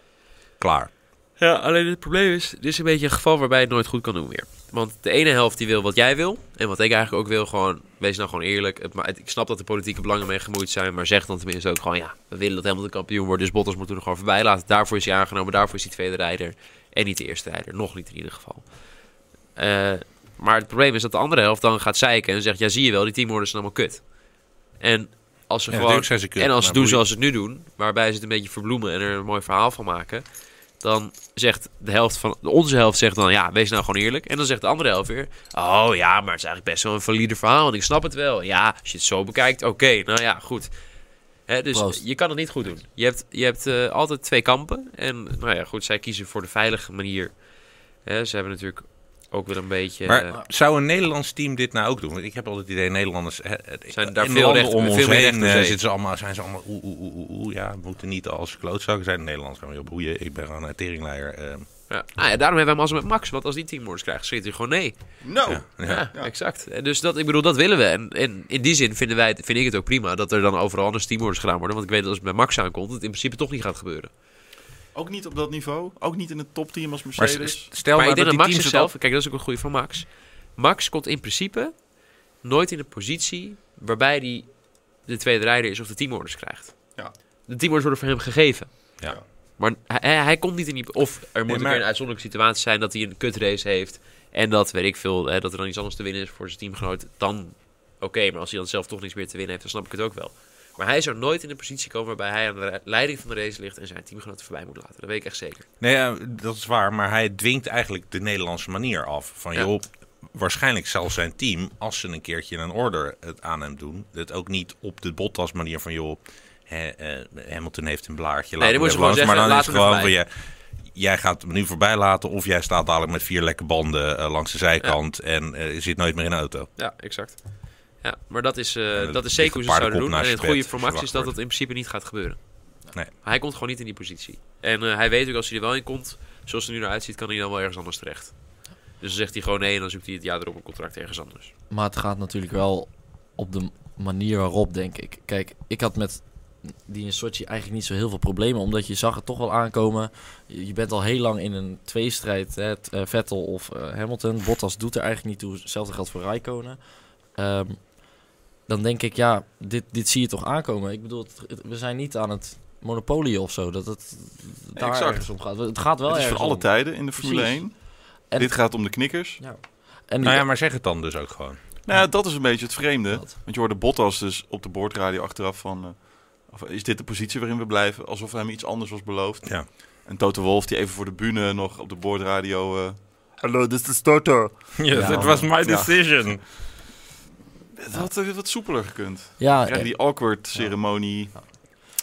[SPEAKER 2] Klaar.
[SPEAKER 1] Ja, alleen het probleem is, dit is een beetje een geval waarbij je het nooit goed kan doen weer. Want de ene helft die wil wat jij wil. En wat ik eigenlijk ook wil, gewoon, wees nou gewoon eerlijk. Het, ma- het- ik snap dat de politieke belangen mee gemoeid zijn. Maar zeg dan tenminste ook gewoon, ja, we willen dat helemaal de kampioen wordt. Dus Bottas moeten we er gewoon voorbij laten. Daarvoor is hij aangenomen, daarvoor is hij tweede rijder. En niet de eerste rijder, nog niet in ieder geval. Eh, maar het probleem is dat de andere helft dan gaat zeiken en zegt, ja zie je wel, die teamorders zijn allemaal kut. En als ze
[SPEAKER 2] Ja,
[SPEAKER 1] gewoon
[SPEAKER 2] natuurlijk zijn ze kut,
[SPEAKER 1] en als ze
[SPEAKER 2] maar
[SPEAKER 1] doen
[SPEAKER 2] boeien.
[SPEAKER 1] zoals ze het nu doen, waarbij ze het een beetje verbloemen en er een mooi verhaal van maken, dan zegt de helft van onze helft zegt dan ja, wees nou gewoon eerlijk. En dan zegt de andere helft weer: "Oh ja, maar het is eigenlijk best wel een valide verhaal, want ik snap het wel. Ja, als je het zo bekijkt, oké, nou ja, goed." Hè, dus
[SPEAKER 3] Proost.
[SPEAKER 1] je kan het niet goed doen. Je hebt, je hebt eh, altijd twee kampen. En nou ja, goed, zij kiezen voor de veilige manier. Hè, ze hebben natuurlijk ook wel een beetje.
[SPEAKER 2] Maar
[SPEAKER 1] eh,
[SPEAKER 2] zou een Nederlands team dit nou ook doen? Want ik heb altijd het idee, Nederlanders hè, het-
[SPEAKER 1] Zijn daar
[SPEAKER 2] in
[SPEAKER 1] veel
[SPEAKER 2] landen
[SPEAKER 1] recht-
[SPEAKER 2] om
[SPEAKER 1] veel
[SPEAKER 2] ons
[SPEAKER 1] meer
[SPEAKER 2] heen
[SPEAKER 1] recht op
[SPEAKER 2] eh,
[SPEAKER 1] zee.
[SPEAKER 2] zitten ze allemaal, zijn ze allemaal oeh, oeh, oeh, oeh, oeh, ja, we moeten niet als klootzakken zijn. Nederlands gaan we op boeien, ik ben gewoon een teringleier. eh,
[SPEAKER 1] ja. Nou ja, daarom hebben we hem als met Max. Want als die teammoorders krijgt, schiet hij gewoon nee.
[SPEAKER 4] No.
[SPEAKER 2] ja, ja.
[SPEAKER 1] Oh, Ja, exact. En Dus dat, ik bedoel, dat willen we. En, en in die zin vinden wij, het- vind ik het ook prima dat er dan overal anders teamorders gedaan worden. Want ik weet dat als het bij Max aankomt, het in principe toch niet gaat gebeuren.
[SPEAKER 4] Ook niet op dat niveau. Ook niet in het topteam als
[SPEAKER 2] Maar
[SPEAKER 4] Mercedes.
[SPEAKER 2] s- stel
[SPEAKER 1] maar
[SPEAKER 2] nou
[SPEAKER 1] ik denk
[SPEAKER 2] dat
[SPEAKER 1] dat
[SPEAKER 2] die
[SPEAKER 1] Max
[SPEAKER 2] teams zelf...
[SPEAKER 1] zichzelf, kijk, dat is ook een goede van Max. Max komt in principe nooit in de positie waarbij hij de tweede rijder is of de teamorders krijgt.
[SPEAKER 4] Ja.
[SPEAKER 1] De teamorders worden voor hem gegeven.
[SPEAKER 2] Ja.
[SPEAKER 1] Maar hij, hij komt niet in die... Of er moet een
[SPEAKER 2] maar-
[SPEAKER 1] keer een uitzonderlijke situatie zijn dat hij een kutrace heeft. En dat, weet ik veel, hè, dat er dan iets anders te winnen is voor zijn teamgenoot. Dan oké, maar als hij dan zelf toch niks meer te winnen heeft, dan snap ik het ook wel. Maar hij zou nooit in de positie komen waarbij hij aan de re- leiding van de race ligt en zijn teamgenoot voorbij moet laten. Dat weet ik echt zeker.
[SPEAKER 2] Nee, ja, dat is waar, maar hij dwingt eigenlijk de Nederlandse manier af. Van
[SPEAKER 1] Ja.
[SPEAKER 2] joh, waarschijnlijk zal zijn team, als ze een keertje een order het aan hem doen, het ook niet op de Bottas manier van joh, hè, eh, Hamilton heeft een blaartje. laat
[SPEAKER 1] dan
[SPEAKER 2] hem
[SPEAKER 1] moet je
[SPEAKER 2] even
[SPEAKER 1] gewoon zeggen,
[SPEAKER 2] langs. maar dan is
[SPEAKER 1] laat
[SPEAKER 2] het
[SPEAKER 1] hem
[SPEAKER 2] gewoon van ja, jij gaat hem nu voorbij laten of jij staat dadelijk met vier lekke banden eh, langs de zijkant en eh, zit nooit meer in de auto.
[SPEAKER 1] Ja, exact. Ja, maar dat is, eh,
[SPEAKER 2] Ja,
[SPEAKER 1] dat
[SPEAKER 2] dat
[SPEAKER 1] is
[SPEAKER 2] ligt
[SPEAKER 1] zeker hoe
[SPEAKER 2] een
[SPEAKER 1] ze het zouden
[SPEAKER 2] paardenkop
[SPEAKER 1] doen.
[SPEAKER 2] naast
[SPEAKER 1] En
[SPEAKER 2] je
[SPEAKER 1] het goede
[SPEAKER 2] bed
[SPEAKER 1] voor
[SPEAKER 2] als je
[SPEAKER 1] Max is
[SPEAKER 2] wakker
[SPEAKER 1] dat dat in principe niet gaat gebeuren.
[SPEAKER 2] Nee.
[SPEAKER 1] Hij komt gewoon niet in die positie. En eh, hij weet ook als hij er wel in komt, zoals het er nu naar uitziet, kan hij dan wel ergens anders terecht. Dus dan zegt hij gewoon nee en dan zoekt hij het jaar erop een contract ergens anders.
[SPEAKER 3] Maar het gaat natuurlijk wel op de manier waarop, denk ik. Kijk, ik had met die in Sochi eigenlijk niet zo heel veel problemen. Omdat je zag het toch wel aankomen. Je je bent al heel lang in een tweestrijd. Hè, t- eh, Vettel of eh, Hamilton. Bottas doet er eigenlijk niet toe. Hetzelfde geldt voor Raikkonen. Ehm, dan denk ik, ja, dit, dit zie je toch aankomen. Ik bedoel, het- het- we zijn niet aan het monopolie of zo. Dat het daar
[SPEAKER 4] exact.
[SPEAKER 3] ergens om gaat. Het gaat wel
[SPEAKER 4] het is voor
[SPEAKER 3] ergens
[SPEAKER 4] alle
[SPEAKER 3] om.
[SPEAKER 4] tijden in de Formule
[SPEAKER 3] Precies.
[SPEAKER 4] 1.
[SPEAKER 3] En-
[SPEAKER 4] Dit gaat om de knikkers.
[SPEAKER 3] En
[SPEAKER 2] Nou ja, maar zeg het dan dus ook
[SPEAKER 1] (laughs)
[SPEAKER 2] gewoon.
[SPEAKER 4] Nou ja, dat is een beetje het vreemde.
[SPEAKER 3] dat.
[SPEAKER 4] Want je hoorde Bottas dus op de boordradio achteraf van... eh, of is dit de positie waarin we blijven? Alsof hem iets anders was beloofd.
[SPEAKER 2] Ja.
[SPEAKER 4] En Toto Wolf die even voor de bühne nog op de boordradio... eh, Hallo, dit is Toto.
[SPEAKER 2] Yes,
[SPEAKER 3] Ja.
[SPEAKER 2] it was my
[SPEAKER 4] Ja.
[SPEAKER 2] decision.
[SPEAKER 4] Het had eh, wat soepeler gekund.
[SPEAKER 3] Ja, eh,
[SPEAKER 4] Krijg je die awkward ceremonie.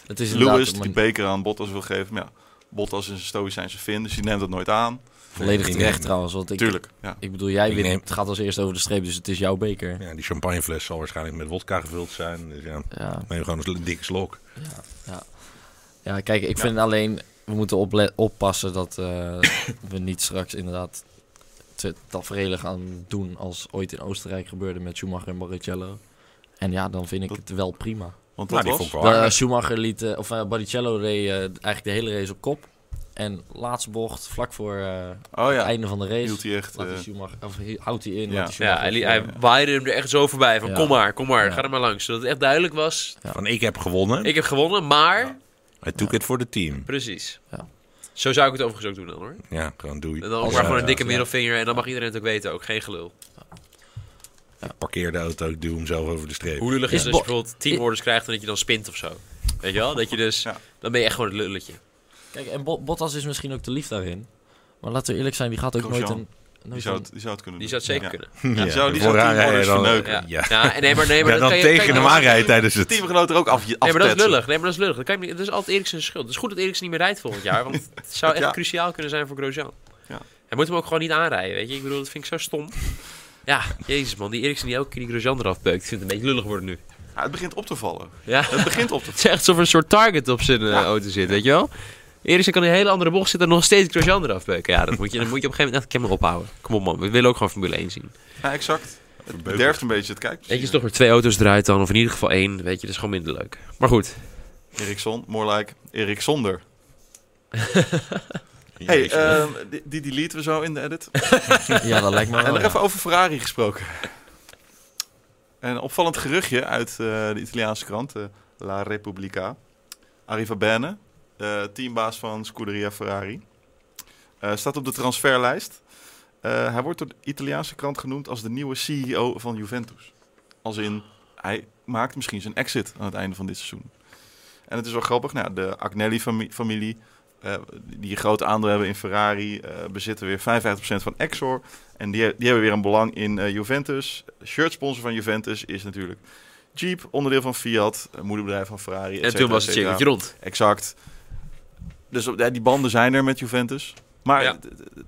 [SPEAKER 3] het is inderdaad
[SPEAKER 4] Lewis
[SPEAKER 3] een
[SPEAKER 4] die
[SPEAKER 3] man-
[SPEAKER 4] die beker aan Bottas wil geven. Maar ja, Bottas is een stoïcijnse fin, dus die neemt dat nooit aan.
[SPEAKER 3] volledig
[SPEAKER 2] Ik
[SPEAKER 3] terecht
[SPEAKER 2] neem-
[SPEAKER 3] trouwens. Want ik,
[SPEAKER 4] Tuurlijk. Ja.
[SPEAKER 3] ik bedoel, jij
[SPEAKER 2] Ik
[SPEAKER 3] wint.
[SPEAKER 2] neem-
[SPEAKER 3] Het gaat als eerste over de streep, dus het is jouw beker.
[SPEAKER 2] Ja, die champagnefles zal waarschijnlijk met wodka gevuld zijn. Dus ja,
[SPEAKER 3] Ja,
[SPEAKER 2] neem gewoon een dikke slok.
[SPEAKER 3] ja kijk, ik vind alleen, we moeten ople- oppassen dat
[SPEAKER 4] (coughs)
[SPEAKER 3] eh, we niet straks inderdaad te tafereelen gaan doen als ooit in Oostenrijk gebeurde met Schumacher en Barrichello. En ja, dan vind ik het wel prima.
[SPEAKER 4] Want
[SPEAKER 2] Nou,
[SPEAKER 4] dat
[SPEAKER 2] die
[SPEAKER 4] was...
[SPEAKER 2] vond ik wel
[SPEAKER 3] Eh,
[SPEAKER 2] aardig.
[SPEAKER 3] Schumacher liet, eh, of eh, Barrichello reed eh, eigenlijk de hele race op kop. En laatste bocht, vlak voor eh,
[SPEAKER 4] Oh
[SPEAKER 3] het
[SPEAKER 4] ja,
[SPEAKER 3] einde van de race,
[SPEAKER 4] hield hij echt...
[SPEAKER 3] laat hij
[SPEAKER 4] eh,
[SPEAKER 3] Schumacher, of hi- houdt hij in.
[SPEAKER 4] Ja.
[SPEAKER 3] laat hij
[SPEAKER 1] Ja,
[SPEAKER 3] Schumacher
[SPEAKER 1] hij,
[SPEAKER 3] voor-
[SPEAKER 1] hij waaide hem er echt zo voorbij van
[SPEAKER 3] eh, Ja.
[SPEAKER 1] kom maar, kom maar,
[SPEAKER 3] Ja.
[SPEAKER 1] ga er maar langs. Zodat het echt duidelijk was,
[SPEAKER 3] Ja.
[SPEAKER 2] Van ik heb gewonnen.
[SPEAKER 1] ik heb gewonnen, maar...
[SPEAKER 4] Ja.
[SPEAKER 2] I took it for the team.
[SPEAKER 1] Precies.
[SPEAKER 3] Ja.
[SPEAKER 1] Zo zou ik het overigens ook doen dan hoor.
[SPEAKER 2] Ja, gewoon
[SPEAKER 1] En
[SPEAKER 2] doei.
[SPEAKER 1] dan ook
[SPEAKER 3] Als-
[SPEAKER 1] maar
[SPEAKER 2] ja,
[SPEAKER 1] gewoon een dikke
[SPEAKER 3] ja.
[SPEAKER 1] middelvinger en dan mag iedereen het ook weten ook. Geen gelul.
[SPEAKER 2] Parkeer de auto, ik duw hem zelf over de streep.
[SPEAKER 1] Hoe lullig
[SPEAKER 3] Is
[SPEAKER 1] is het
[SPEAKER 3] bo-
[SPEAKER 1] als je bijvoorbeeld
[SPEAKER 3] i-
[SPEAKER 1] tien orders krijgt en dat je dan spint of zo. Weet je wel? Dat je dus,
[SPEAKER 4] Ja.
[SPEAKER 1] dan ben je echt gewoon het lulletje.
[SPEAKER 3] Kijk, en Bo- Bottas is misschien ook te lief daarin. Maar laten we eerlijk zijn, die gaat ook
[SPEAKER 4] Grosjean.
[SPEAKER 3] nooit een...
[SPEAKER 4] die,
[SPEAKER 3] Nooit
[SPEAKER 4] zou
[SPEAKER 3] een-
[SPEAKER 4] het, die zou het kunnen
[SPEAKER 1] Die
[SPEAKER 4] doen.
[SPEAKER 1] zou het zeker
[SPEAKER 4] Ja.
[SPEAKER 1] kunnen.
[SPEAKER 4] Ja, die zou, die
[SPEAKER 2] Vooraan
[SPEAKER 4] zou tien
[SPEAKER 2] rijden
[SPEAKER 4] orders
[SPEAKER 2] dan-
[SPEAKER 4] verneuken.
[SPEAKER 1] Ja.
[SPEAKER 4] Ja.
[SPEAKER 2] Ja.
[SPEAKER 1] Ja, en nee, maar, nee, maar
[SPEAKER 2] ja,
[SPEAKER 1] dat
[SPEAKER 2] dan
[SPEAKER 1] kan je-
[SPEAKER 2] tegen
[SPEAKER 1] kan je-
[SPEAKER 2] hem aanrijden tijdens het...
[SPEAKER 4] Teamgenoot er ook af,
[SPEAKER 1] Nee, maar dat is
[SPEAKER 4] aftetsen.
[SPEAKER 1] lullig. Nee, maar dat is lullig. Dat, kan je, niet- dat is altijd Eriksen zijn schuld. Het is goed dat Eriksen niet meer rijdt volgend jaar. Want het zou echt
[SPEAKER 4] Ja.
[SPEAKER 1] cruciaal kunnen zijn voor Grosjean.
[SPEAKER 4] Ja.
[SPEAKER 1] Hij moet hem ook gewoon niet aanrijden, weet je. Ik bedoel, dat vind ik zo stom. Ja, jezus man. Die Eriksen die elke keer die Grosjean eraf beukt. Ik vind het een beetje lullig worden nu.
[SPEAKER 4] Ja, het begint op te vallen.
[SPEAKER 1] Ja.
[SPEAKER 4] Het begint op
[SPEAKER 1] (laughs)
[SPEAKER 4] te
[SPEAKER 1] Het is echt alsof er een soort target op zijn eh,
[SPEAKER 4] Ja.
[SPEAKER 1] auto zit, weet je wel? Eriksen kan in een hele andere bocht zitten en nog steeds Grosjean eraf beuken. Ja, dat moet je, dan moet je op een gegeven moment Nou, echt camera ophouden. Kom op man, we willen ook gewoon Formule 1 zien.
[SPEAKER 4] vallen. Ja, exact. Het
[SPEAKER 2] Verbeukeld.
[SPEAKER 4] bederft een beetje het kijkplezier.
[SPEAKER 1] Weet je, is toch weer twee auto's eruit dan, of in ieder geval één, weet je, dat is gewoon minder leuk. Maar goed,
[SPEAKER 4] Eriksson, more like Erik Zonder.
[SPEAKER 2] Jezus.
[SPEAKER 4] hey, ehm, die, die deleten we zo in de edit.
[SPEAKER 3] Ja, dat lijkt me
[SPEAKER 4] (laughs)
[SPEAKER 3] wel.
[SPEAKER 4] en nog
[SPEAKER 3] Nou, ja.
[SPEAKER 4] even over Ferrari gesproken. Een opvallend geruchtje uit eh, de Italiaanse krant, eh, La Repubblica. Arriva Bene, eh, teambaas van Scuderia Ferrari, eh, staat op de transferlijst. Eh, hij wordt door de Italiaanse krant genoemd als de nieuwe CEO van Juventus. Als in, hij maakt misschien zijn exit aan het einde van dit seizoen. En het is wel grappig, nou, de Agnelli-familie, die een groot aandeel hebben in Ferrari, eh, bezitten weer 55% van Exor. En die, die hebben weer een belang in eh, Juventus. Shirtsponsor van Juventus is natuurlijk Jeep, onderdeel van Fiat, eh, moederbedrijf van Ferrari. et
[SPEAKER 1] en
[SPEAKER 4] cetera,
[SPEAKER 1] toen was het
[SPEAKER 4] et cetera.
[SPEAKER 1] cirkeltje rond.
[SPEAKER 4] Exact. Dus op- ja, die banden zijn er met Juventus. Maar
[SPEAKER 1] Ja.
[SPEAKER 4] d- d- d-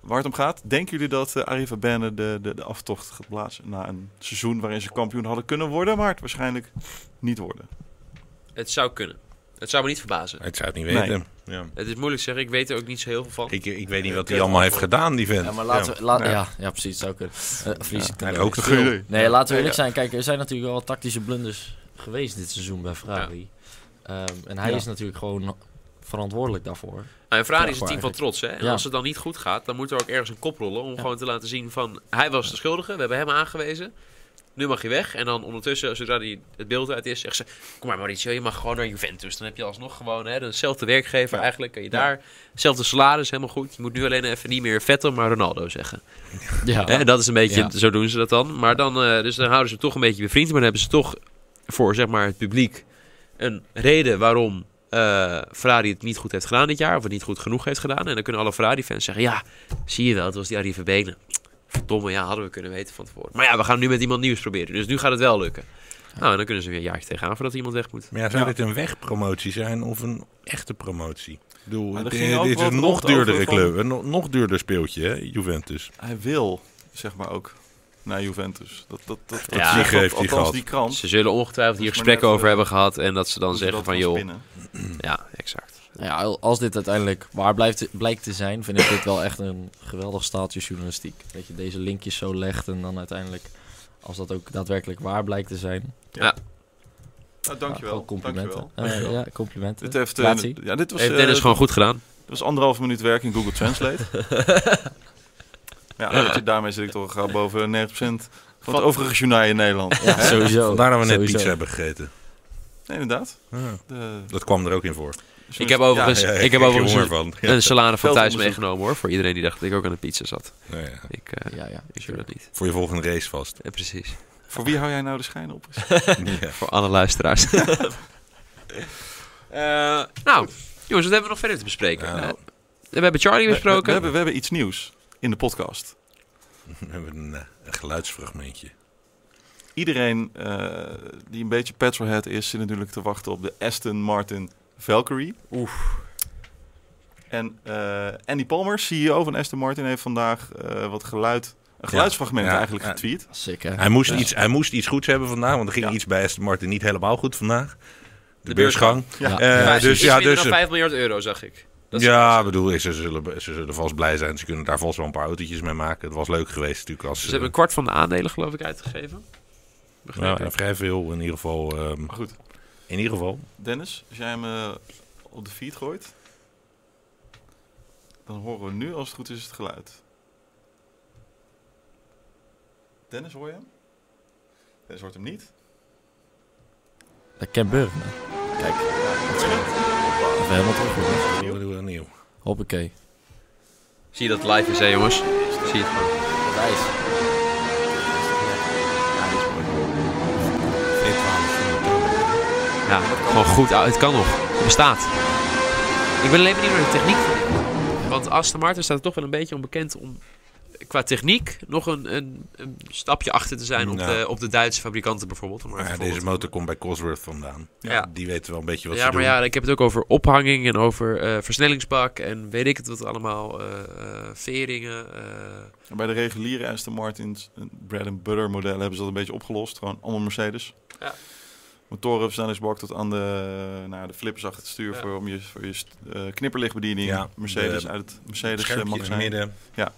[SPEAKER 4] waar het om gaat, denken jullie dat eh, Arriva Bene de, de, de aftocht gaat plaatsen na een seizoen waarin ze kampioen hadden kunnen worden, maar het waarschijnlijk niet worden?
[SPEAKER 1] Het zou kunnen. Het zou me niet verbazen.
[SPEAKER 2] het zou het niet weten. Ja.
[SPEAKER 1] Het is moeilijk zeggen, ik weet er ook niet zo heel veel van.
[SPEAKER 2] Ik, ik weet niet wat hij allemaal heeft gedaan, die vent.
[SPEAKER 3] Ja, maar laten
[SPEAKER 2] Ja.
[SPEAKER 3] we... la-
[SPEAKER 4] Ja.
[SPEAKER 3] ja. ja, precies, zou kunnen. Eh, Vries, ik-
[SPEAKER 2] Hij rookt
[SPEAKER 4] Een
[SPEAKER 2] een
[SPEAKER 4] goeie
[SPEAKER 2] gul.
[SPEAKER 4] idee.
[SPEAKER 3] Nee, laten we
[SPEAKER 4] Nee,
[SPEAKER 3] eerlijk zijn. Kijk, er zijn natuurlijk wel wat tactische blunders geweest dit seizoen bij Ferrari. Ehm, en hij
[SPEAKER 4] Ja.
[SPEAKER 3] is natuurlijk gewoon verantwoordelijk daarvoor.
[SPEAKER 1] Nou, en Ferrari is een
[SPEAKER 3] Klaagbaar
[SPEAKER 1] team van trots, hè. En
[SPEAKER 3] Ja.
[SPEAKER 1] als het dan niet goed gaat, dan moet er ook ergens een kop rollen... om gewoon te laten zien van, hij was de schuldige, we hebben hem aangewezen... Nu mag je weg. En dan ondertussen, zodra die het beeld uit is, zegt ze... Kom maar Mauricio, je mag gewoon naar Juventus. Dan heb je alsnog gewoon hè, dezelfde werkgever
[SPEAKER 4] Ja.
[SPEAKER 1] eigenlijk. Kan je
[SPEAKER 4] Ja.
[SPEAKER 1] daar, hetzelfde salaris, helemaal goed. Je moet nu alleen even niet meer Vettel, maar Ronaldo zeggen.
[SPEAKER 3] Ja,
[SPEAKER 1] Hè, dat is een beetje,
[SPEAKER 3] Ja.
[SPEAKER 1] zo doen ze dat dan. Maar dan, eh, dus dan houden ze hem toch een beetje bevriend. Maar dan hebben ze toch voor zeg maar, het publiek een reden waarom eh, Ferrari het niet goed heeft gedaan dit jaar. Of het niet goed genoeg heeft gedaan. En dan kunnen alle Ferrari-fans zeggen, ja, zie je wel, het was die Arrive Benen. Verdomme, ja, hadden we kunnen weten van tevoren. Maar ja, we gaan nu met iemand nieuws proberen. Dus nu gaat het wel lukken. Nou, en dan kunnen ze weer een jaartje tegenaan voordat iemand weg moet.
[SPEAKER 2] Maar ja, zou
[SPEAKER 4] Ja.
[SPEAKER 2] dit een wegpromotie zijn of een echte promotie? Ik bedoel,
[SPEAKER 4] Maar er
[SPEAKER 2] dit,
[SPEAKER 4] ging ook
[SPEAKER 2] dit is
[SPEAKER 4] wat
[SPEAKER 2] een
[SPEAKER 4] rond
[SPEAKER 2] nog duurdere
[SPEAKER 4] over van-
[SPEAKER 2] club, een nog, nog duurder speeltje, hè, Juventus.
[SPEAKER 4] Hij wil, zeg maar ook, naar Juventus. Dat, dat, dat, dat
[SPEAKER 1] Ja.
[SPEAKER 4] zegt
[SPEAKER 2] Ziege heeft hij
[SPEAKER 4] althans
[SPEAKER 2] gehad.
[SPEAKER 4] die krant.
[SPEAKER 1] Ze zullen ongetwijfeld
[SPEAKER 4] Dat
[SPEAKER 1] hier
[SPEAKER 4] is maar
[SPEAKER 1] gesprekken
[SPEAKER 4] net,
[SPEAKER 1] over
[SPEAKER 4] eh,
[SPEAKER 1] hebben gehad. En dat ze dan
[SPEAKER 4] dat
[SPEAKER 1] zeggen
[SPEAKER 4] was
[SPEAKER 1] van, joh,
[SPEAKER 4] binnen.
[SPEAKER 1] ja, exact.
[SPEAKER 3] Nou ja, al- als dit uiteindelijk waar blijft, blijkt te zijn, vind ik dit wel echt een geweldig staaltje journalistiek. Dat je deze linkjes zo legt en dan uiteindelijk, als dat ook daadwerkelijk waar blijkt te zijn.
[SPEAKER 4] Nou,
[SPEAKER 3] nou,
[SPEAKER 4] dankjewel.
[SPEAKER 3] ook complimenten.
[SPEAKER 4] dankjewel.
[SPEAKER 3] Eh, ja, complimenten.
[SPEAKER 4] Dit, heeft, eh,
[SPEAKER 3] Grazie.
[SPEAKER 4] ja, dit was,
[SPEAKER 1] Heeft
[SPEAKER 4] eh,
[SPEAKER 1] Dennis gewoon goed gedaan.
[SPEAKER 4] dit was anderhalf minuut werk in Google Translate. ja, weet je, daarmee zit ik toch al boven 90% van, het overige journaal in Nederland.
[SPEAKER 3] Ja, sowieso.
[SPEAKER 2] Vandaar dat we net
[SPEAKER 3] Sowieso.
[SPEAKER 2] pizza hebben gegeten.
[SPEAKER 4] Nee, inderdaad.
[SPEAKER 2] Ja,
[SPEAKER 4] De-
[SPEAKER 2] dat kwam er ook in voor.
[SPEAKER 1] Ik heb
[SPEAKER 4] Dus
[SPEAKER 1] overigens-
[SPEAKER 2] Ja,
[SPEAKER 1] ik heb overigens
[SPEAKER 2] honger van. Ja.
[SPEAKER 1] Een Eh, dus- salade van thuis
[SPEAKER 4] veldonderzoek.
[SPEAKER 1] meegenomen hoor. Voor iedereen die dacht dat ik ook aan de pizza zat.
[SPEAKER 2] Nou ja,
[SPEAKER 1] Ik, eh,
[SPEAKER 3] Ja, ja.
[SPEAKER 1] ik doe dat niet.
[SPEAKER 2] voor je volgende race (laughs) vast.
[SPEAKER 1] Ja, precies.
[SPEAKER 4] Voor wie hou jij nou de schijn op?
[SPEAKER 2] Ja.
[SPEAKER 1] Voor alle luisteraars. Eh, nou, jongens, wat hebben we nog verder te bespreken?
[SPEAKER 2] Nou.
[SPEAKER 1] Eh, we hebben Charlie
[SPEAKER 4] We, we
[SPEAKER 1] besproken.
[SPEAKER 4] hebben, we hebben iets nieuws in de podcast.
[SPEAKER 2] We hebben een, eh, een geluidsfragmentje.
[SPEAKER 4] iedereen eh, die een beetje petrolhead is, zit natuurlijk te wachten op de Aston Martin Valkyrie.
[SPEAKER 3] Oef.
[SPEAKER 4] En eh, Andy Palmer, CEO van Aston Martin, heeft vandaag eh, wat geluid, een geluidsfragment
[SPEAKER 2] Ja,
[SPEAKER 4] eigenlijk
[SPEAKER 2] ja.
[SPEAKER 4] getweet.
[SPEAKER 3] Sick, hè?
[SPEAKER 2] Hij moest,
[SPEAKER 4] Ja.
[SPEAKER 2] iets, hij moest iets goeds hebben vandaag, want er ging
[SPEAKER 4] Ja.
[SPEAKER 2] iets bij Aston Martin niet helemaal goed vandaag. De,
[SPEAKER 1] De
[SPEAKER 2] beursgang.
[SPEAKER 3] Ja.
[SPEAKER 2] Eh,
[SPEAKER 1] Vijf-
[SPEAKER 2] dus
[SPEAKER 1] iets
[SPEAKER 2] ja,
[SPEAKER 1] minder
[SPEAKER 2] dus,
[SPEAKER 1] dan 5 miljard euro, zag ik. Dat is-
[SPEAKER 2] ja, bedoel, ze zullen, ze zullen vast blij zijn. Ze kunnen daar vast wel een paar autootjes mee maken. Het was leuk geweest natuurlijk als...
[SPEAKER 1] Ze Dus hebben een kwart van de aandelen, geloof ik, uitgegeven.
[SPEAKER 2] eh, ja, en vrij veel in ieder geval. ehm,
[SPEAKER 4] Maar goed,
[SPEAKER 2] in ieder geval.
[SPEAKER 4] Dennis, als jij hem eh, op de feed gooit, dan horen we nu, als het goed is, het geluid. Dennis, hoor je hem? Dennis hoort hem niet.
[SPEAKER 3] Dat kan burger. Kijk, even helemaal terug. jongens.
[SPEAKER 2] Nieuw, nieuw, nieuw.
[SPEAKER 3] Hoppakee.
[SPEAKER 1] Zie je dat het live is, hè, jongens? Zie je het gewoon.
[SPEAKER 3] Nice.
[SPEAKER 2] eh,
[SPEAKER 1] Ja, gewoon goed. ah, Het kan nog. Het bestaat. Ik ben alleen benieuwd naar de techniek van dit. Want Aston Martin staat er toch wel een beetje onbekend om qua techniek nog een, een, een stapje achter te zijn op,
[SPEAKER 2] Ja.
[SPEAKER 1] de, op de Duitse fabrikanten bijvoorbeeld. om maar
[SPEAKER 2] Maar
[SPEAKER 1] een
[SPEAKER 2] ja,
[SPEAKER 1] voorbeeld
[SPEAKER 2] deze
[SPEAKER 1] te
[SPEAKER 2] motor komt bij Cosworth vandaan.
[SPEAKER 1] Ja.
[SPEAKER 2] Die weten wel een beetje wat
[SPEAKER 1] ja,
[SPEAKER 2] ze
[SPEAKER 1] maar
[SPEAKER 2] doen.
[SPEAKER 1] ja, ik heb het ook over ophanging en over eh, versnellingsbak en weet ik het wat allemaal. eh, eh, veringen. eh,
[SPEAKER 4] En Bij de reguliere Aston Martins, een bread and butter model, hebben ze dat een beetje opgelost. Gewoon allemaal Mercedes.
[SPEAKER 1] Ja.
[SPEAKER 4] Motoren, versnellingsbak tot aan de, nou, de flippers achter het stuur
[SPEAKER 1] Ja.
[SPEAKER 4] voor, om je, voor je st- eh, knipperlichtbediening.
[SPEAKER 2] Ja,
[SPEAKER 4] Mercedes
[SPEAKER 2] de-
[SPEAKER 4] uit het Mercedes eh,
[SPEAKER 2] Schermpje in het
[SPEAKER 4] magazijn.
[SPEAKER 2] midden.
[SPEAKER 4] Ja.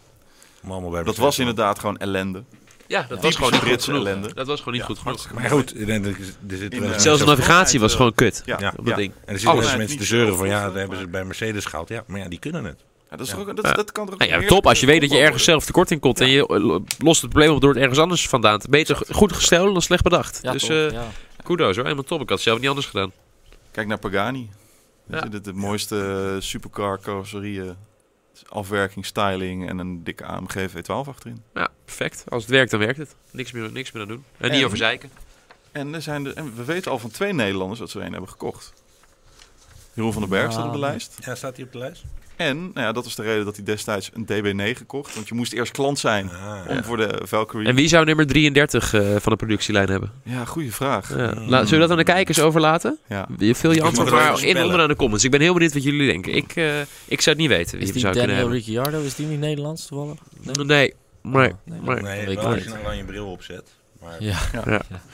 [SPEAKER 2] Om allemaal bij
[SPEAKER 4] Dat
[SPEAKER 2] elkaar
[SPEAKER 4] was
[SPEAKER 2] te komen.
[SPEAKER 4] inderdaad gewoon ellende.
[SPEAKER 1] ja, dat was
[SPEAKER 4] Typische
[SPEAKER 1] gewoon niet goed
[SPEAKER 4] Britse
[SPEAKER 1] genoeg.
[SPEAKER 4] ellende.
[SPEAKER 1] Dat was gewoon niet
[SPEAKER 4] Ja,
[SPEAKER 1] goed genoeg.
[SPEAKER 4] hartstikke
[SPEAKER 2] Maar goed, ik denk dat er zit- er zit wel
[SPEAKER 4] In, eh,
[SPEAKER 2] eens
[SPEAKER 1] Zelfs de
[SPEAKER 2] mensen-
[SPEAKER 1] navigatie was gewoon kut.
[SPEAKER 4] Ja,
[SPEAKER 2] Ja,
[SPEAKER 4] ja,
[SPEAKER 1] Op dat ding.
[SPEAKER 2] En er zitten
[SPEAKER 3] Oh,
[SPEAKER 2] wel eens
[SPEAKER 4] Alles.
[SPEAKER 2] mensen te zeuren van ja, daar hebben ze het bij Mercedes gehaald. Ja, maar ja, die kunnen het.
[SPEAKER 4] Ja, dat, is
[SPEAKER 2] Ja.
[SPEAKER 4] toch ook- dat,
[SPEAKER 1] Ja.
[SPEAKER 4] dat kan toch ook
[SPEAKER 1] Nou ja,
[SPEAKER 4] meer-
[SPEAKER 1] top. Als je weet dat je ergens zelf tekort in komt en je eh, lo- lost het probleem op door het ergens anders vandaan. te- Beter g- goed gestolen dan slecht bedacht.
[SPEAKER 3] Ja,
[SPEAKER 1] dus
[SPEAKER 3] toch?
[SPEAKER 1] eh
[SPEAKER 3] ja.
[SPEAKER 1] kudos hoor, helemaal top. Ik had het zelf niet anders gedaan.
[SPEAKER 4] Kijk naar Pagani.
[SPEAKER 1] Ja.
[SPEAKER 4] Ja. De, de mooiste eh, supercar carrosserieën. Afwerking, styling en een dikke AMG V12 achterin.
[SPEAKER 1] Ja, perfect. Als het werkt, dan werkt het. Niks meer, niks meer aan doen. En, niet
[SPEAKER 4] En-
[SPEAKER 1] over zeiken.
[SPEAKER 4] En, er zijn er, en we weten al van twee Nederlanders dat ze er een hebben gekocht. Jeroen van den Berg staat op de
[SPEAKER 3] Ah.
[SPEAKER 4] lijst.
[SPEAKER 2] Ja, staat hij op de lijst?
[SPEAKER 4] En nou ja, dat is de reden dat hij destijds een DB9 kocht. Want je moest eerst klant zijn
[SPEAKER 2] Ah,
[SPEAKER 4] om voor de Valkyrie...
[SPEAKER 1] En wie zou nummer 33 eh, van de productielijn hebben?
[SPEAKER 4] Ja, goede vraag.
[SPEAKER 1] Ja. La- zullen we dat aan de kijkers overlaten?
[SPEAKER 4] Ja.
[SPEAKER 1] Je vul je antwoord
[SPEAKER 2] Je moet het
[SPEAKER 1] maar
[SPEAKER 2] even
[SPEAKER 1] in
[SPEAKER 2] spellen.
[SPEAKER 1] onderaan de comments. Ik ben heel benieuwd wat jullie denken. Ik, eh, ik zou het niet weten wie
[SPEAKER 3] Is
[SPEAKER 1] we
[SPEAKER 3] die
[SPEAKER 1] zou kunnen
[SPEAKER 3] Daniel
[SPEAKER 1] hebben.
[SPEAKER 3] Ricciardo, is die niet Nederlands toevallig? Ric-
[SPEAKER 1] Nee, maar...
[SPEAKER 3] Ah, (laughs) nee,
[SPEAKER 1] maar
[SPEAKER 2] Nee,
[SPEAKER 3] Dat weet ik
[SPEAKER 2] wel als
[SPEAKER 3] niet.
[SPEAKER 2] je een oranje bril opzet. Maar
[SPEAKER 3] Ja.
[SPEAKER 4] Nee,
[SPEAKER 1] Nee,
[SPEAKER 4] het
[SPEAKER 1] ik
[SPEAKER 4] is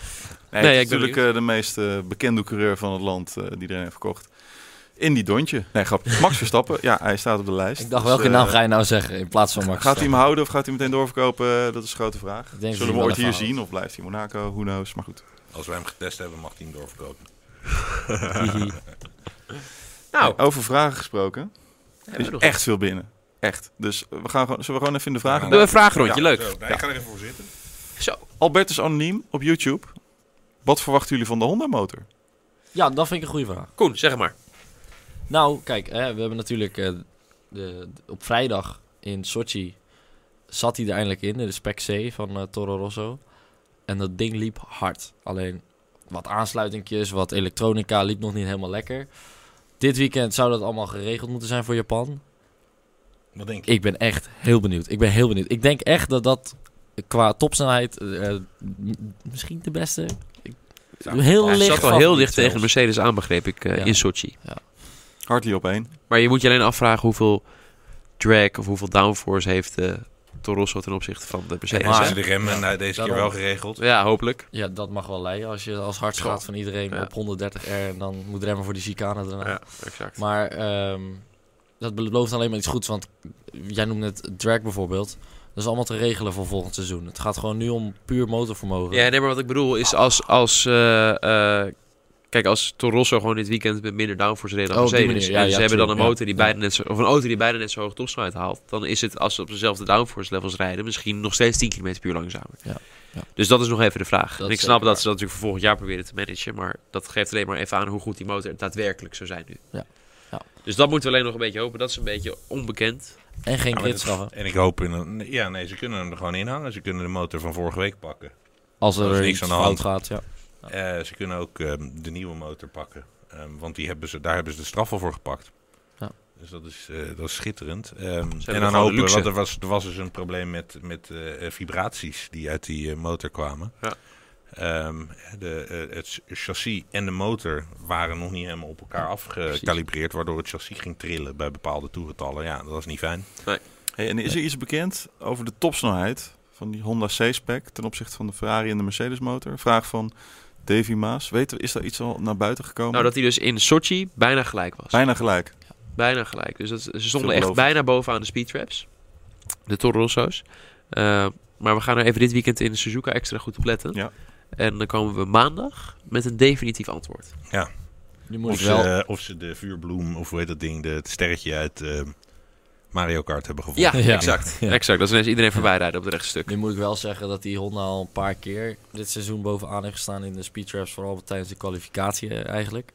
[SPEAKER 1] ben
[SPEAKER 4] natuurlijk eh, de meest eh, bekende coureur van het land eh, die iedereen heeft verkocht. In die dontje.
[SPEAKER 1] (laughs)
[SPEAKER 4] Nee, grap. Max Verstappen. ja, hij staat op de lijst.
[SPEAKER 3] Ik dacht,
[SPEAKER 4] Dus,
[SPEAKER 3] welke
[SPEAKER 4] eh,
[SPEAKER 3] naam ga je nou zeggen in plaats van Max?
[SPEAKER 4] Gaat hij hem houden of gaat hij meteen doorverkopen? Eh, Dat is een grote vraag.
[SPEAKER 3] Ik denk dat hij
[SPEAKER 4] Zullen we
[SPEAKER 3] wel
[SPEAKER 4] ooit
[SPEAKER 3] even
[SPEAKER 4] hier
[SPEAKER 3] houdt.
[SPEAKER 4] zien of blijft hij in Monaco? Who knows, maar goed.
[SPEAKER 2] als wij hem getest hebben, mag hij hem doorverkopen.
[SPEAKER 1] hihi. nou,
[SPEAKER 4] Hey, over vragen gesproken. Er is
[SPEAKER 1] nog-
[SPEAKER 4] echt veel binnen. Echt. Dus eh, we gaan gewoon, zullen we gewoon even in de vragen...
[SPEAKER 1] doen we een vragenrondje.
[SPEAKER 2] Ja,
[SPEAKER 1] Leuk.
[SPEAKER 2] zo. Nee, Ik ga er even voor zitten.
[SPEAKER 1] Zo.
[SPEAKER 4] Albertus Anoniem op YouTube. Wat verwachten jullie van de Honda motor?
[SPEAKER 3] Ja, dat vind ik een goede vraag.
[SPEAKER 1] Koen, zeg het maar.
[SPEAKER 3] Nou, kijk, hè, we hebben natuurlijk eh, de, de- op vrijdag in Sochi zat hij er eindelijk in, in de spec C van eh, Toro Rosso. En dat ding liep hard. Alleen wat aansluitingjes, wat elektronica liep nog niet helemaal lekker. Dit weekend zou dat allemaal geregeld moeten zijn voor Japan.
[SPEAKER 2] Wat denk je?
[SPEAKER 3] Ik ben echt heel benieuwd. Ik ben heel benieuwd. Ik denk echt dat dat qua topsnelheid eh, eh, m- misschien de beste. Ik,
[SPEAKER 2] Ja,
[SPEAKER 3] heel
[SPEAKER 1] Hij
[SPEAKER 3] licht.
[SPEAKER 1] zat wel heel
[SPEAKER 3] favoriet
[SPEAKER 1] dicht tegen
[SPEAKER 3] zelfs.
[SPEAKER 1] Mercedes aan, begreep ik, eh,
[SPEAKER 3] Ja.
[SPEAKER 1] in Sochi.
[SPEAKER 4] Hartley op één.
[SPEAKER 1] Maar je moet je alleen afvragen hoeveel drag of hoeveel downforce heeft eh Toro Rosso ten opzichte van de Mercedes.
[SPEAKER 2] Maar
[SPEAKER 3] Maar-
[SPEAKER 1] hè?
[SPEAKER 2] ze de remmen nou, deze keer
[SPEAKER 3] Daarom.
[SPEAKER 2] wel geregeld.
[SPEAKER 1] Ja, hopelijk.
[SPEAKER 3] Ja, dat mag wel leiden. Als je als hard
[SPEAKER 1] Schoon.
[SPEAKER 3] gaat van iedereen
[SPEAKER 1] Ja.
[SPEAKER 3] op 130 R en dan moet remmen voor die chicane daarna.
[SPEAKER 1] Ja, exact.
[SPEAKER 3] Maar ehm, dat belooft alleen maar iets goeds. Want jij noemde het drag bijvoorbeeld. Dat is allemaal te regelen voor volgend seizoen. Het gaat gewoon nu om puur motorvermogen.
[SPEAKER 1] Ja, nee, maar wat ik bedoel is als... als eh, eh, kijk, als Toro Rosso gewoon dit weekend met minder downforce reden dan
[SPEAKER 3] Oh, op die
[SPEAKER 1] Mercedes...
[SPEAKER 3] manier. Ja,
[SPEAKER 1] en
[SPEAKER 3] ja,
[SPEAKER 1] ze hebben dan
[SPEAKER 3] true.
[SPEAKER 1] een,
[SPEAKER 3] Ja.
[SPEAKER 1] motor die
[SPEAKER 3] Ja.
[SPEAKER 1] bijna net zo, of een auto die bijna net zo hoog topsnelheid haalt... dan is het, als ze op dezelfde downforce levels rijden... misschien nog steeds 10 km per uur langzamer.
[SPEAKER 3] Ja, ja.
[SPEAKER 1] Dus dat is nog even de vraag.
[SPEAKER 3] Dat
[SPEAKER 1] en ik
[SPEAKER 3] is
[SPEAKER 1] snap
[SPEAKER 3] zeker
[SPEAKER 1] dat ze dat natuurlijk voor volgend jaar proberen te managen... maar dat geeft alleen maar even aan hoe goed die motor daadwerkelijk zou zijn nu.
[SPEAKER 3] Ja. Ja.
[SPEAKER 1] Dus dat moeten we alleen nog een beetje hopen. Dat is een beetje onbekend.
[SPEAKER 3] En geen
[SPEAKER 2] Ja, maar dat-
[SPEAKER 3] gridstraffen.
[SPEAKER 2] en ik hoop in een, ja, nee, ze kunnen hem er gewoon inhangen. Ze kunnen de motor van vorige week pakken.
[SPEAKER 3] Als
[SPEAKER 2] dat is
[SPEAKER 3] er
[SPEAKER 2] niks
[SPEAKER 3] iets
[SPEAKER 2] aan de hand.
[SPEAKER 3] fout gaat. Ja.
[SPEAKER 2] Eh, ze kunnen ook ehm, de nieuwe motor pakken. Ehm, want die hebben ze, daar hebben ze de straffen voor gepakt.
[SPEAKER 3] Ja.
[SPEAKER 2] Dus dat is, eh, dat is schitterend. Ehm, en
[SPEAKER 1] gewoon
[SPEAKER 2] dan
[SPEAKER 1] de
[SPEAKER 2] hopen we,
[SPEAKER 1] luxe.
[SPEAKER 2] want er was, er was dus een probleem met, met eh, vibraties die uit die eh, motor kwamen.
[SPEAKER 1] Ja.
[SPEAKER 2] Ehm, de, eh, het s- chassis en de motor waren nog niet helemaal op elkaar afgecalibreerd, waardoor het chassis ging trillen bij bepaalde toegetallen. Ja, dat was niet fijn.
[SPEAKER 4] Hey, en is er iets bekend over de topsnelheid van die Honda C-Spec ten opzichte van de Ferrari en de Mercedes motor? Vraag van Davy Maas. Weten we, is daar iets al naar buiten gekomen?
[SPEAKER 1] Nou, dat hij dus in Sochi bijna gelijk was.
[SPEAKER 4] Bijna gelijk.
[SPEAKER 1] Bijna gelijk. Dus dat, ze stonden echt
[SPEAKER 4] Veelbelovend.
[SPEAKER 1] bijna bovenaan de speedtraps. De Toro Rosso's. Eh, maar we gaan er even dit weekend in Suzuka extra goed op letten.
[SPEAKER 4] Ja.
[SPEAKER 1] En dan komen we maandag met een definitief antwoord.
[SPEAKER 3] Je
[SPEAKER 2] Of
[SPEAKER 3] moet
[SPEAKER 2] ze,
[SPEAKER 3] wel...
[SPEAKER 2] eh, of ze de vuurbloem, of hoe heet dat ding, de, het sterretje uit eh, Mario Kart hebben gevonden.
[SPEAKER 1] Ja,
[SPEAKER 3] Ja.
[SPEAKER 1] exact.
[SPEAKER 3] Ja.
[SPEAKER 1] Exact. Dat is ineens iedereen voorbij rijden op het rechte stuk.
[SPEAKER 3] Nu moet ik wel zeggen dat die Honda al een paar keer dit seizoen bovenaan heeft gestaan in de speedtraps. Vooral tijdens de kwalificatie eh, eigenlijk.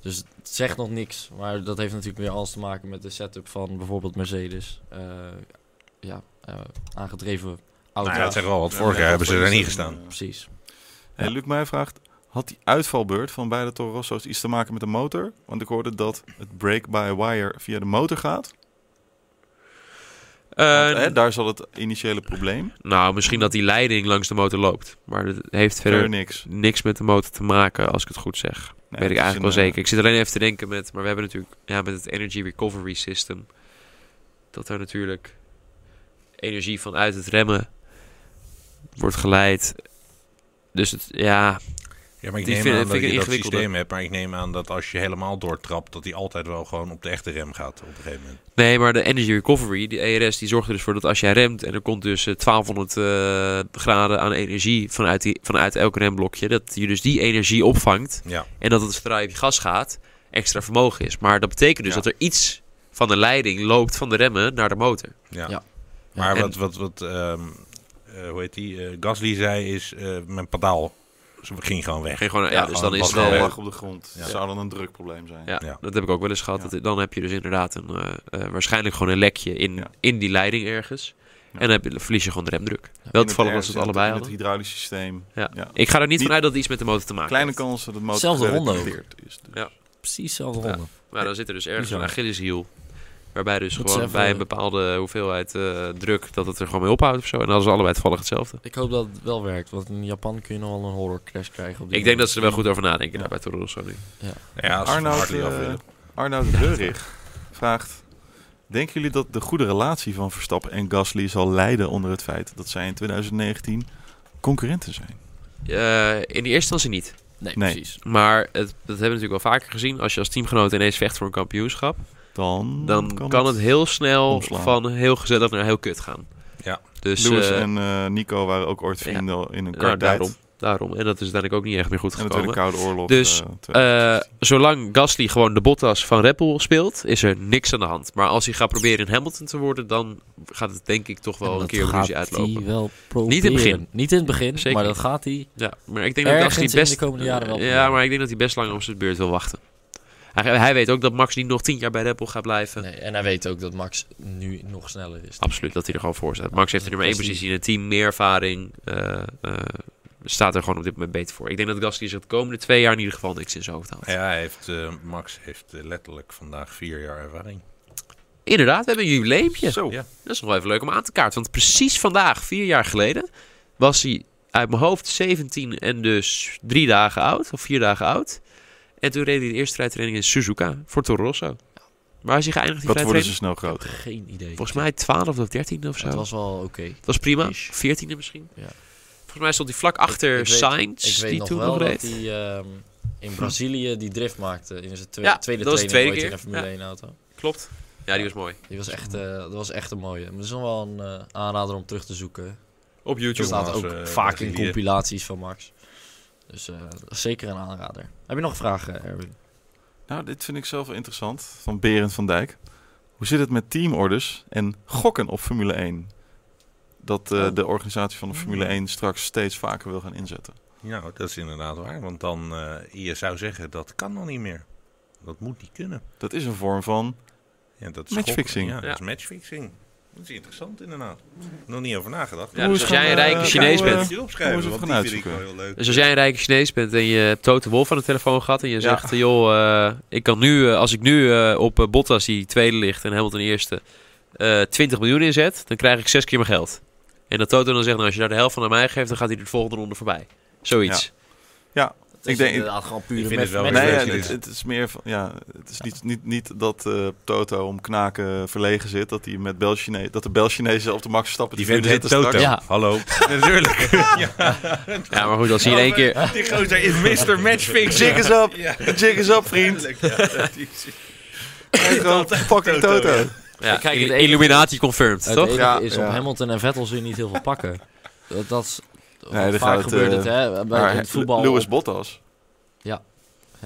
[SPEAKER 3] Dus het zegt nog niks. Maar dat heeft natuurlijk weer alles te maken met de setup van bijvoorbeeld Mercedes. Eh, ja, eh, aangedreven auto.
[SPEAKER 2] Nou ja, het zegt wel wat.
[SPEAKER 4] Ja,
[SPEAKER 2] Vorig
[SPEAKER 4] ja,
[SPEAKER 2] jaar hebben ze
[SPEAKER 4] dat
[SPEAKER 2] er
[SPEAKER 4] is
[SPEAKER 2] niet
[SPEAKER 4] een,
[SPEAKER 2] gestaan.
[SPEAKER 4] eh,
[SPEAKER 3] Precies.
[SPEAKER 4] Hey, Luc mij vraagt, had die uitvalbeurt van beide Toro Rosso's iets te maken met de motor? Want ik hoorde dat het brake-by-wire via de motor gaat. Want,
[SPEAKER 1] Eh,
[SPEAKER 4] hè, daar zat het initiële probleem.
[SPEAKER 1] nou, misschien dat die leiding langs de motor loopt. Maar dat heeft
[SPEAKER 4] Verder
[SPEAKER 1] verder
[SPEAKER 4] niks.
[SPEAKER 1] niks met de motor te maken, als ik het goed zeg.
[SPEAKER 4] Nee,
[SPEAKER 1] weet ik
[SPEAKER 4] het is
[SPEAKER 1] eigenlijk wel
[SPEAKER 4] een, eh,
[SPEAKER 1] zeker. Ik zit alleen even te denken met, maar we hebben natuurlijk ja, met het Energy Recovery System. Dat er natuurlijk energie vanuit het remmen wordt geleid. Dus het, ja,
[SPEAKER 2] Ja, maar ik
[SPEAKER 1] Die
[SPEAKER 2] neem
[SPEAKER 1] vind-
[SPEAKER 2] aan
[SPEAKER 1] vind
[SPEAKER 2] dat
[SPEAKER 1] ik
[SPEAKER 2] je dat
[SPEAKER 1] ingewikkeld, hè?
[SPEAKER 2] systeem hebt, maar ik neem aan dat als je helemaal doortrapt, dat hij altijd wel gewoon op de echte rem gaat op een gegeven moment.
[SPEAKER 1] nee, maar de Energy Recovery, die ERS, die zorgt er dus voor dat als jij remt en er komt dus eh, 1200 eh, graden aan energie vanuit, die, vanuit elk remblokje, dat je dus die energie opvangt
[SPEAKER 2] Ja,
[SPEAKER 1] en dat het zodra je op je gas gaat extra vermogen is. Maar dat betekent dus
[SPEAKER 4] Ja.
[SPEAKER 1] dat er iets van de leiding loopt van de remmen naar de motor.
[SPEAKER 2] ja.
[SPEAKER 3] Ja.
[SPEAKER 2] Maar
[SPEAKER 1] En-
[SPEAKER 2] wat, wat, wat ehm, eh, hoe heet die, eh, Gasly zei is, eh, mijn pedaal ze ging gewoon weg.
[SPEAKER 1] Geen gewoon, ja,
[SPEAKER 4] Ja,
[SPEAKER 1] dus
[SPEAKER 2] gewoon
[SPEAKER 1] dan
[SPEAKER 2] een
[SPEAKER 1] is
[SPEAKER 4] Het
[SPEAKER 1] het,
[SPEAKER 2] bak
[SPEAKER 1] eh,
[SPEAKER 4] gewoon
[SPEAKER 2] gewoon
[SPEAKER 1] ja,
[SPEAKER 4] lag op de grond.
[SPEAKER 2] Ja.
[SPEAKER 4] Het zou dan een drukprobleem zijn.
[SPEAKER 2] Ja.
[SPEAKER 1] dat heb ik ook wel eens gehad.
[SPEAKER 4] Ja.
[SPEAKER 1] Dat, het- dan heb je dus inderdaad een, eh, eh, waarschijnlijk gewoon een lekje in,
[SPEAKER 4] Ja.
[SPEAKER 1] in die leiding ergens.
[SPEAKER 4] Ja.
[SPEAKER 1] En dan heb je- verlies je gewoon de remdruk.
[SPEAKER 4] In
[SPEAKER 1] wel toevallig was
[SPEAKER 4] ergens
[SPEAKER 1] het
[SPEAKER 4] in
[SPEAKER 1] allebei
[SPEAKER 4] in het
[SPEAKER 1] hadden.
[SPEAKER 4] hydraulisch systeem.
[SPEAKER 1] Ja.
[SPEAKER 4] Ja.
[SPEAKER 1] Ik ga er niet
[SPEAKER 4] Niet-
[SPEAKER 1] vanuit dat het iets met de motor te maken
[SPEAKER 4] Kleine
[SPEAKER 1] heeft.
[SPEAKER 4] kans dat het motor
[SPEAKER 3] Zelfde Honda ook.
[SPEAKER 4] gerelateerd is. Dus.
[SPEAKER 1] Ja.
[SPEAKER 3] Precies dezelfde
[SPEAKER 1] Ja.
[SPEAKER 3] ronde.
[SPEAKER 1] Maar dan zit er dus ergens een
[SPEAKER 3] Bizar.
[SPEAKER 1] Achilleshiel. Waarbij dus
[SPEAKER 3] Moet
[SPEAKER 1] gewoon
[SPEAKER 3] ze even-
[SPEAKER 1] bij een bepaalde hoeveelheid eh, druk dat het er gewoon mee ophoudt of zo. En dan hadden ze allebei toevallig hetzelfde.
[SPEAKER 3] Ik hoop dat het wel werkt. Want in Japan kun je nog wel een horror crash krijgen. Op die
[SPEAKER 1] Ik denk dat
[SPEAKER 3] manier.
[SPEAKER 1] ze er wel goed over nadenken
[SPEAKER 4] Ja.
[SPEAKER 1] daar bij Toro Rosso nu.
[SPEAKER 2] Ja, als ze van
[SPEAKER 4] Arnoud,
[SPEAKER 2] Hartley af
[SPEAKER 4] eh,
[SPEAKER 2] willen.
[SPEAKER 4] Arnoud Reurig vraagt... Denken jullie dat de goede relatie van Verstappen en Gasly zal leiden onder het feit dat zij in 2019 concurrenten zijn?
[SPEAKER 1] Eh, in de eerste instantie niet.
[SPEAKER 3] Nee,
[SPEAKER 4] Nee.
[SPEAKER 3] precies.
[SPEAKER 1] Maar het, dat hebben we natuurlijk wel vaker gezien. Als je als teamgenoot ineens vecht voor een kampioenschap.
[SPEAKER 3] Mm,
[SPEAKER 4] Dan,
[SPEAKER 1] dan kan, het, heel snel
[SPEAKER 4] omslaan.
[SPEAKER 1] van heel gezellig naar heel kut gaan.
[SPEAKER 2] Ja.
[SPEAKER 1] Dus
[SPEAKER 4] Lewis
[SPEAKER 1] eh,
[SPEAKER 4] en eh, Nico waren ook ooit vrienden in een
[SPEAKER 1] nou,
[SPEAKER 4] kort tijd.
[SPEAKER 1] daarom, daarom. En dat is uiteindelijk ook niet echt meer goed
[SPEAKER 4] En de Tweede
[SPEAKER 1] gekomen.
[SPEAKER 4] Koude Oorlog.
[SPEAKER 1] Dus,
[SPEAKER 4] eh,
[SPEAKER 1] Eh,
[SPEAKER 4] 2016.
[SPEAKER 1] zolang Gasly gewoon de Bottas van Red Bull speelt, is er niks aan de hand. Maar als hij gaat proberen in Hamilton te worden, dan gaat het denk ik toch wel een
[SPEAKER 3] Dat
[SPEAKER 1] keer op
[SPEAKER 3] gaat
[SPEAKER 1] ruzie uitlopen.
[SPEAKER 3] hij wel proberen.
[SPEAKER 1] Niet in het begin.
[SPEAKER 3] Niet in het begin,
[SPEAKER 1] Zeker
[SPEAKER 3] maar
[SPEAKER 1] niet.
[SPEAKER 3] dat gaat hij.
[SPEAKER 1] Ja, maar ik denk dat
[SPEAKER 3] Ergens
[SPEAKER 1] Gasly
[SPEAKER 3] in de
[SPEAKER 1] best...
[SPEAKER 3] komende jaren wel.
[SPEAKER 1] ja, maar ik denk dat hij best lang op zijn beurt wil wachten. Hij, hij weet ook dat Max niet nog tien jaar bij Red Bull gaat blijven.
[SPEAKER 3] Nee, en hij weet ook dat Max nu nog sneller is.
[SPEAKER 1] Absoluut, dat hij er gewoon voor staat.
[SPEAKER 3] Ja,
[SPEAKER 1] Max
[SPEAKER 3] dat
[SPEAKER 1] heeft
[SPEAKER 3] is
[SPEAKER 1] er
[SPEAKER 3] een
[SPEAKER 1] maar één
[SPEAKER 3] kwestie.
[SPEAKER 1] positie in het team, meer ervaring. eh, eh, staat er gewoon op dit moment beter voor. Ik denk dat Gasly zich de komende twee jaar in ieder geval niks in zijn hoofd haalt.
[SPEAKER 2] Ja, hij heeft, eh, Max heeft eh, letterlijk vandaag vier jaar ervaring.
[SPEAKER 1] Inderdaad, we hebben een jubileumpje.
[SPEAKER 4] Zo.
[SPEAKER 2] ja.
[SPEAKER 1] Dat is nog wel even leuk om aan te kaarten. Want precies vandaag, vier jaar geleden, was hij uit mijn hoofd 17 en dus drie dagen oud. Of vier dagen oud. En toen reed hij de eerste rijtraining in Suzuka voor Toro Rosso. Waar is hij geëindigd die
[SPEAKER 4] Wat worden ze
[SPEAKER 1] rijtraining?
[SPEAKER 4] snel groot?
[SPEAKER 3] Geen idee.
[SPEAKER 1] Volgens mij 12 of 13 of zo.
[SPEAKER 3] Het
[SPEAKER 1] Dat was,
[SPEAKER 3] was wel oké.
[SPEAKER 1] prima.
[SPEAKER 3] Ish.
[SPEAKER 1] 14e misschien.
[SPEAKER 3] Ja.
[SPEAKER 1] Volgens mij stond hij vlak achter
[SPEAKER 3] ik weet-
[SPEAKER 1] Sainz,
[SPEAKER 3] Ik weet
[SPEAKER 1] die
[SPEAKER 3] nog
[SPEAKER 1] toen
[SPEAKER 3] wel
[SPEAKER 1] nog reed.
[SPEAKER 3] dat hij ehm, in Brazilië die drift maakte in zijn twe-
[SPEAKER 1] Ja,
[SPEAKER 3] tweede
[SPEAKER 1] dat was de
[SPEAKER 3] training
[SPEAKER 1] tweede
[SPEAKER 3] ooit in
[SPEAKER 1] keer.
[SPEAKER 3] een Formule
[SPEAKER 1] Ja.
[SPEAKER 3] 1 auto.
[SPEAKER 1] Klopt. Ja, die was mooi.
[SPEAKER 3] Die was echt, eh, dat was echt een mooie. Maar dat is nog wel een eh, aanrader om terug te zoeken.
[SPEAKER 1] Op
[SPEAKER 3] Er
[SPEAKER 1] YouTube.
[SPEAKER 2] Jongens,
[SPEAKER 3] staat ook
[SPEAKER 2] eh,
[SPEAKER 3] vaak in
[SPEAKER 2] Brazilië.
[SPEAKER 3] compilaties van Max. Dus eh, dat is zeker een aanrader. Heb je nog een vraag, eh, Erwin?
[SPEAKER 4] Nou, dit vind ik zelf wel interessant. Van Berend van Dijk. Hoe zit het met teamorders en gokken op Formule 1? Dat eh,
[SPEAKER 3] Oh.
[SPEAKER 4] de organisatie van de Formule 1 straks steeds vaker wil gaan inzetten.
[SPEAKER 2] Nou, dat is inderdaad waar, want dan, eh, je zou zeggen, dat kan al niet meer. Dat moet niet kunnen.
[SPEAKER 4] Dat is een vorm van...
[SPEAKER 2] Ja, dat is
[SPEAKER 4] Matchfixing.
[SPEAKER 2] gokken. Ja,
[SPEAKER 1] Ja.
[SPEAKER 2] dat is matchfixing. Dat is interessant inderdaad. Nog niet over nagedacht.
[SPEAKER 1] Ja, dus als jij een rijke
[SPEAKER 4] eh,
[SPEAKER 1] Chinees
[SPEAKER 4] gaan we-
[SPEAKER 1] bent.
[SPEAKER 2] je
[SPEAKER 4] Hoe
[SPEAKER 2] opschrijven,
[SPEAKER 4] is het
[SPEAKER 2] want
[SPEAKER 4] gaan
[SPEAKER 2] die vind ik wel
[SPEAKER 4] uitzoeken?
[SPEAKER 2] heel leuk.
[SPEAKER 1] Dus als jij een rijke Chinees bent en je hebt Tote Wolf aan de telefoon gehad en je
[SPEAKER 4] Ja.
[SPEAKER 1] zegt, joh, eh, ik kan nu, eh, als ik nu eh, op eh, Bottas die tweede ligt en Hamilton eerste, eh 20 miljoen inzet, dan krijg ik zes keer mijn geld. En dat Toto dan zegt, nou, als je daar de helft van aan mij geeft, dan gaat hij de volgende ronde voorbij. Zoiets.
[SPEAKER 3] Het
[SPEAKER 4] Ik
[SPEAKER 3] is
[SPEAKER 4] denk-
[SPEAKER 3] inderdaad gewoon puur
[SPEAKER 2] Ik vind
[SPEAKER 3] met,
[SPEAKER 2] het wel
[SPEAKER 3] met-
[SPEAKER 2] weer
[SPEAKER 4] Nee,
[SPEAKER 2] leuk
[SPEAKER 4] ja,
[SPEAKER 2] idee.
[SPEAKER 4] het, het is meer van, ja, het is niet, niet, niet dat eh, Toto om knaken verlegen zit, dat hij met Bel Chine- dat de Bel Chinezen zelf de max stappen.
[SPEAKER 2] Die
[SPEAKER 4] te
[SPEAKER 2] vent
[SPEAKER 4] vinden
[SPEAKER 2] heet Toto.
[SPEAKER 3] Ja.
[SPEAKER 4] straks. (laughs)
[SPEAKER 2] Hallo. Natuurlijk. (laughs)
[SPEAKER 1] Ja, maar goed, als je in één keer...
[SPEAKER 2] Die gozer is
[SPEAKER 4] (laughs)
[SPEAKER 2] Mr. Matchfixing.
[SPEAKER 4] Jig is up, jig is up,
[SPEAKER 2] (laughs)
[SPEAKER 4] vriend. En gewoon fucking Toto.
[SPEAKER 1] Ja, il-
[SPEAKER 3] kijk, het enige-
[SPEAKER 1] Illuminati confirmed,
[SPEAKER 3] Het
[SPEAKER 1] toch?
[SPEAKER 3] enige
[SPEAKER 4] Ja,
[SPEAKER 3] is,
[SPEAKER 4] ja.
[SPEAKER 3] op Hamilton en Vettel zul je niet heel veel pakken. (laughs) Dat, dat is...
[SPEAKER 4] Nee, dan
[SPEAKER 3] vaak
[SPEAKER 4] gaat,
[SPEAKER 3] gebeurt
[SPEAKER 4] eh,
[SPEAKER 3] het, hè? Bij
[SPEAKER 4] Maar
[SPEAKER 3] in het voetbal...
[SPEAKER 4] Lewis
[SPEAKER 3] op-
[SPEAKER 4] Bottas.
[SPEAKER 3] ja,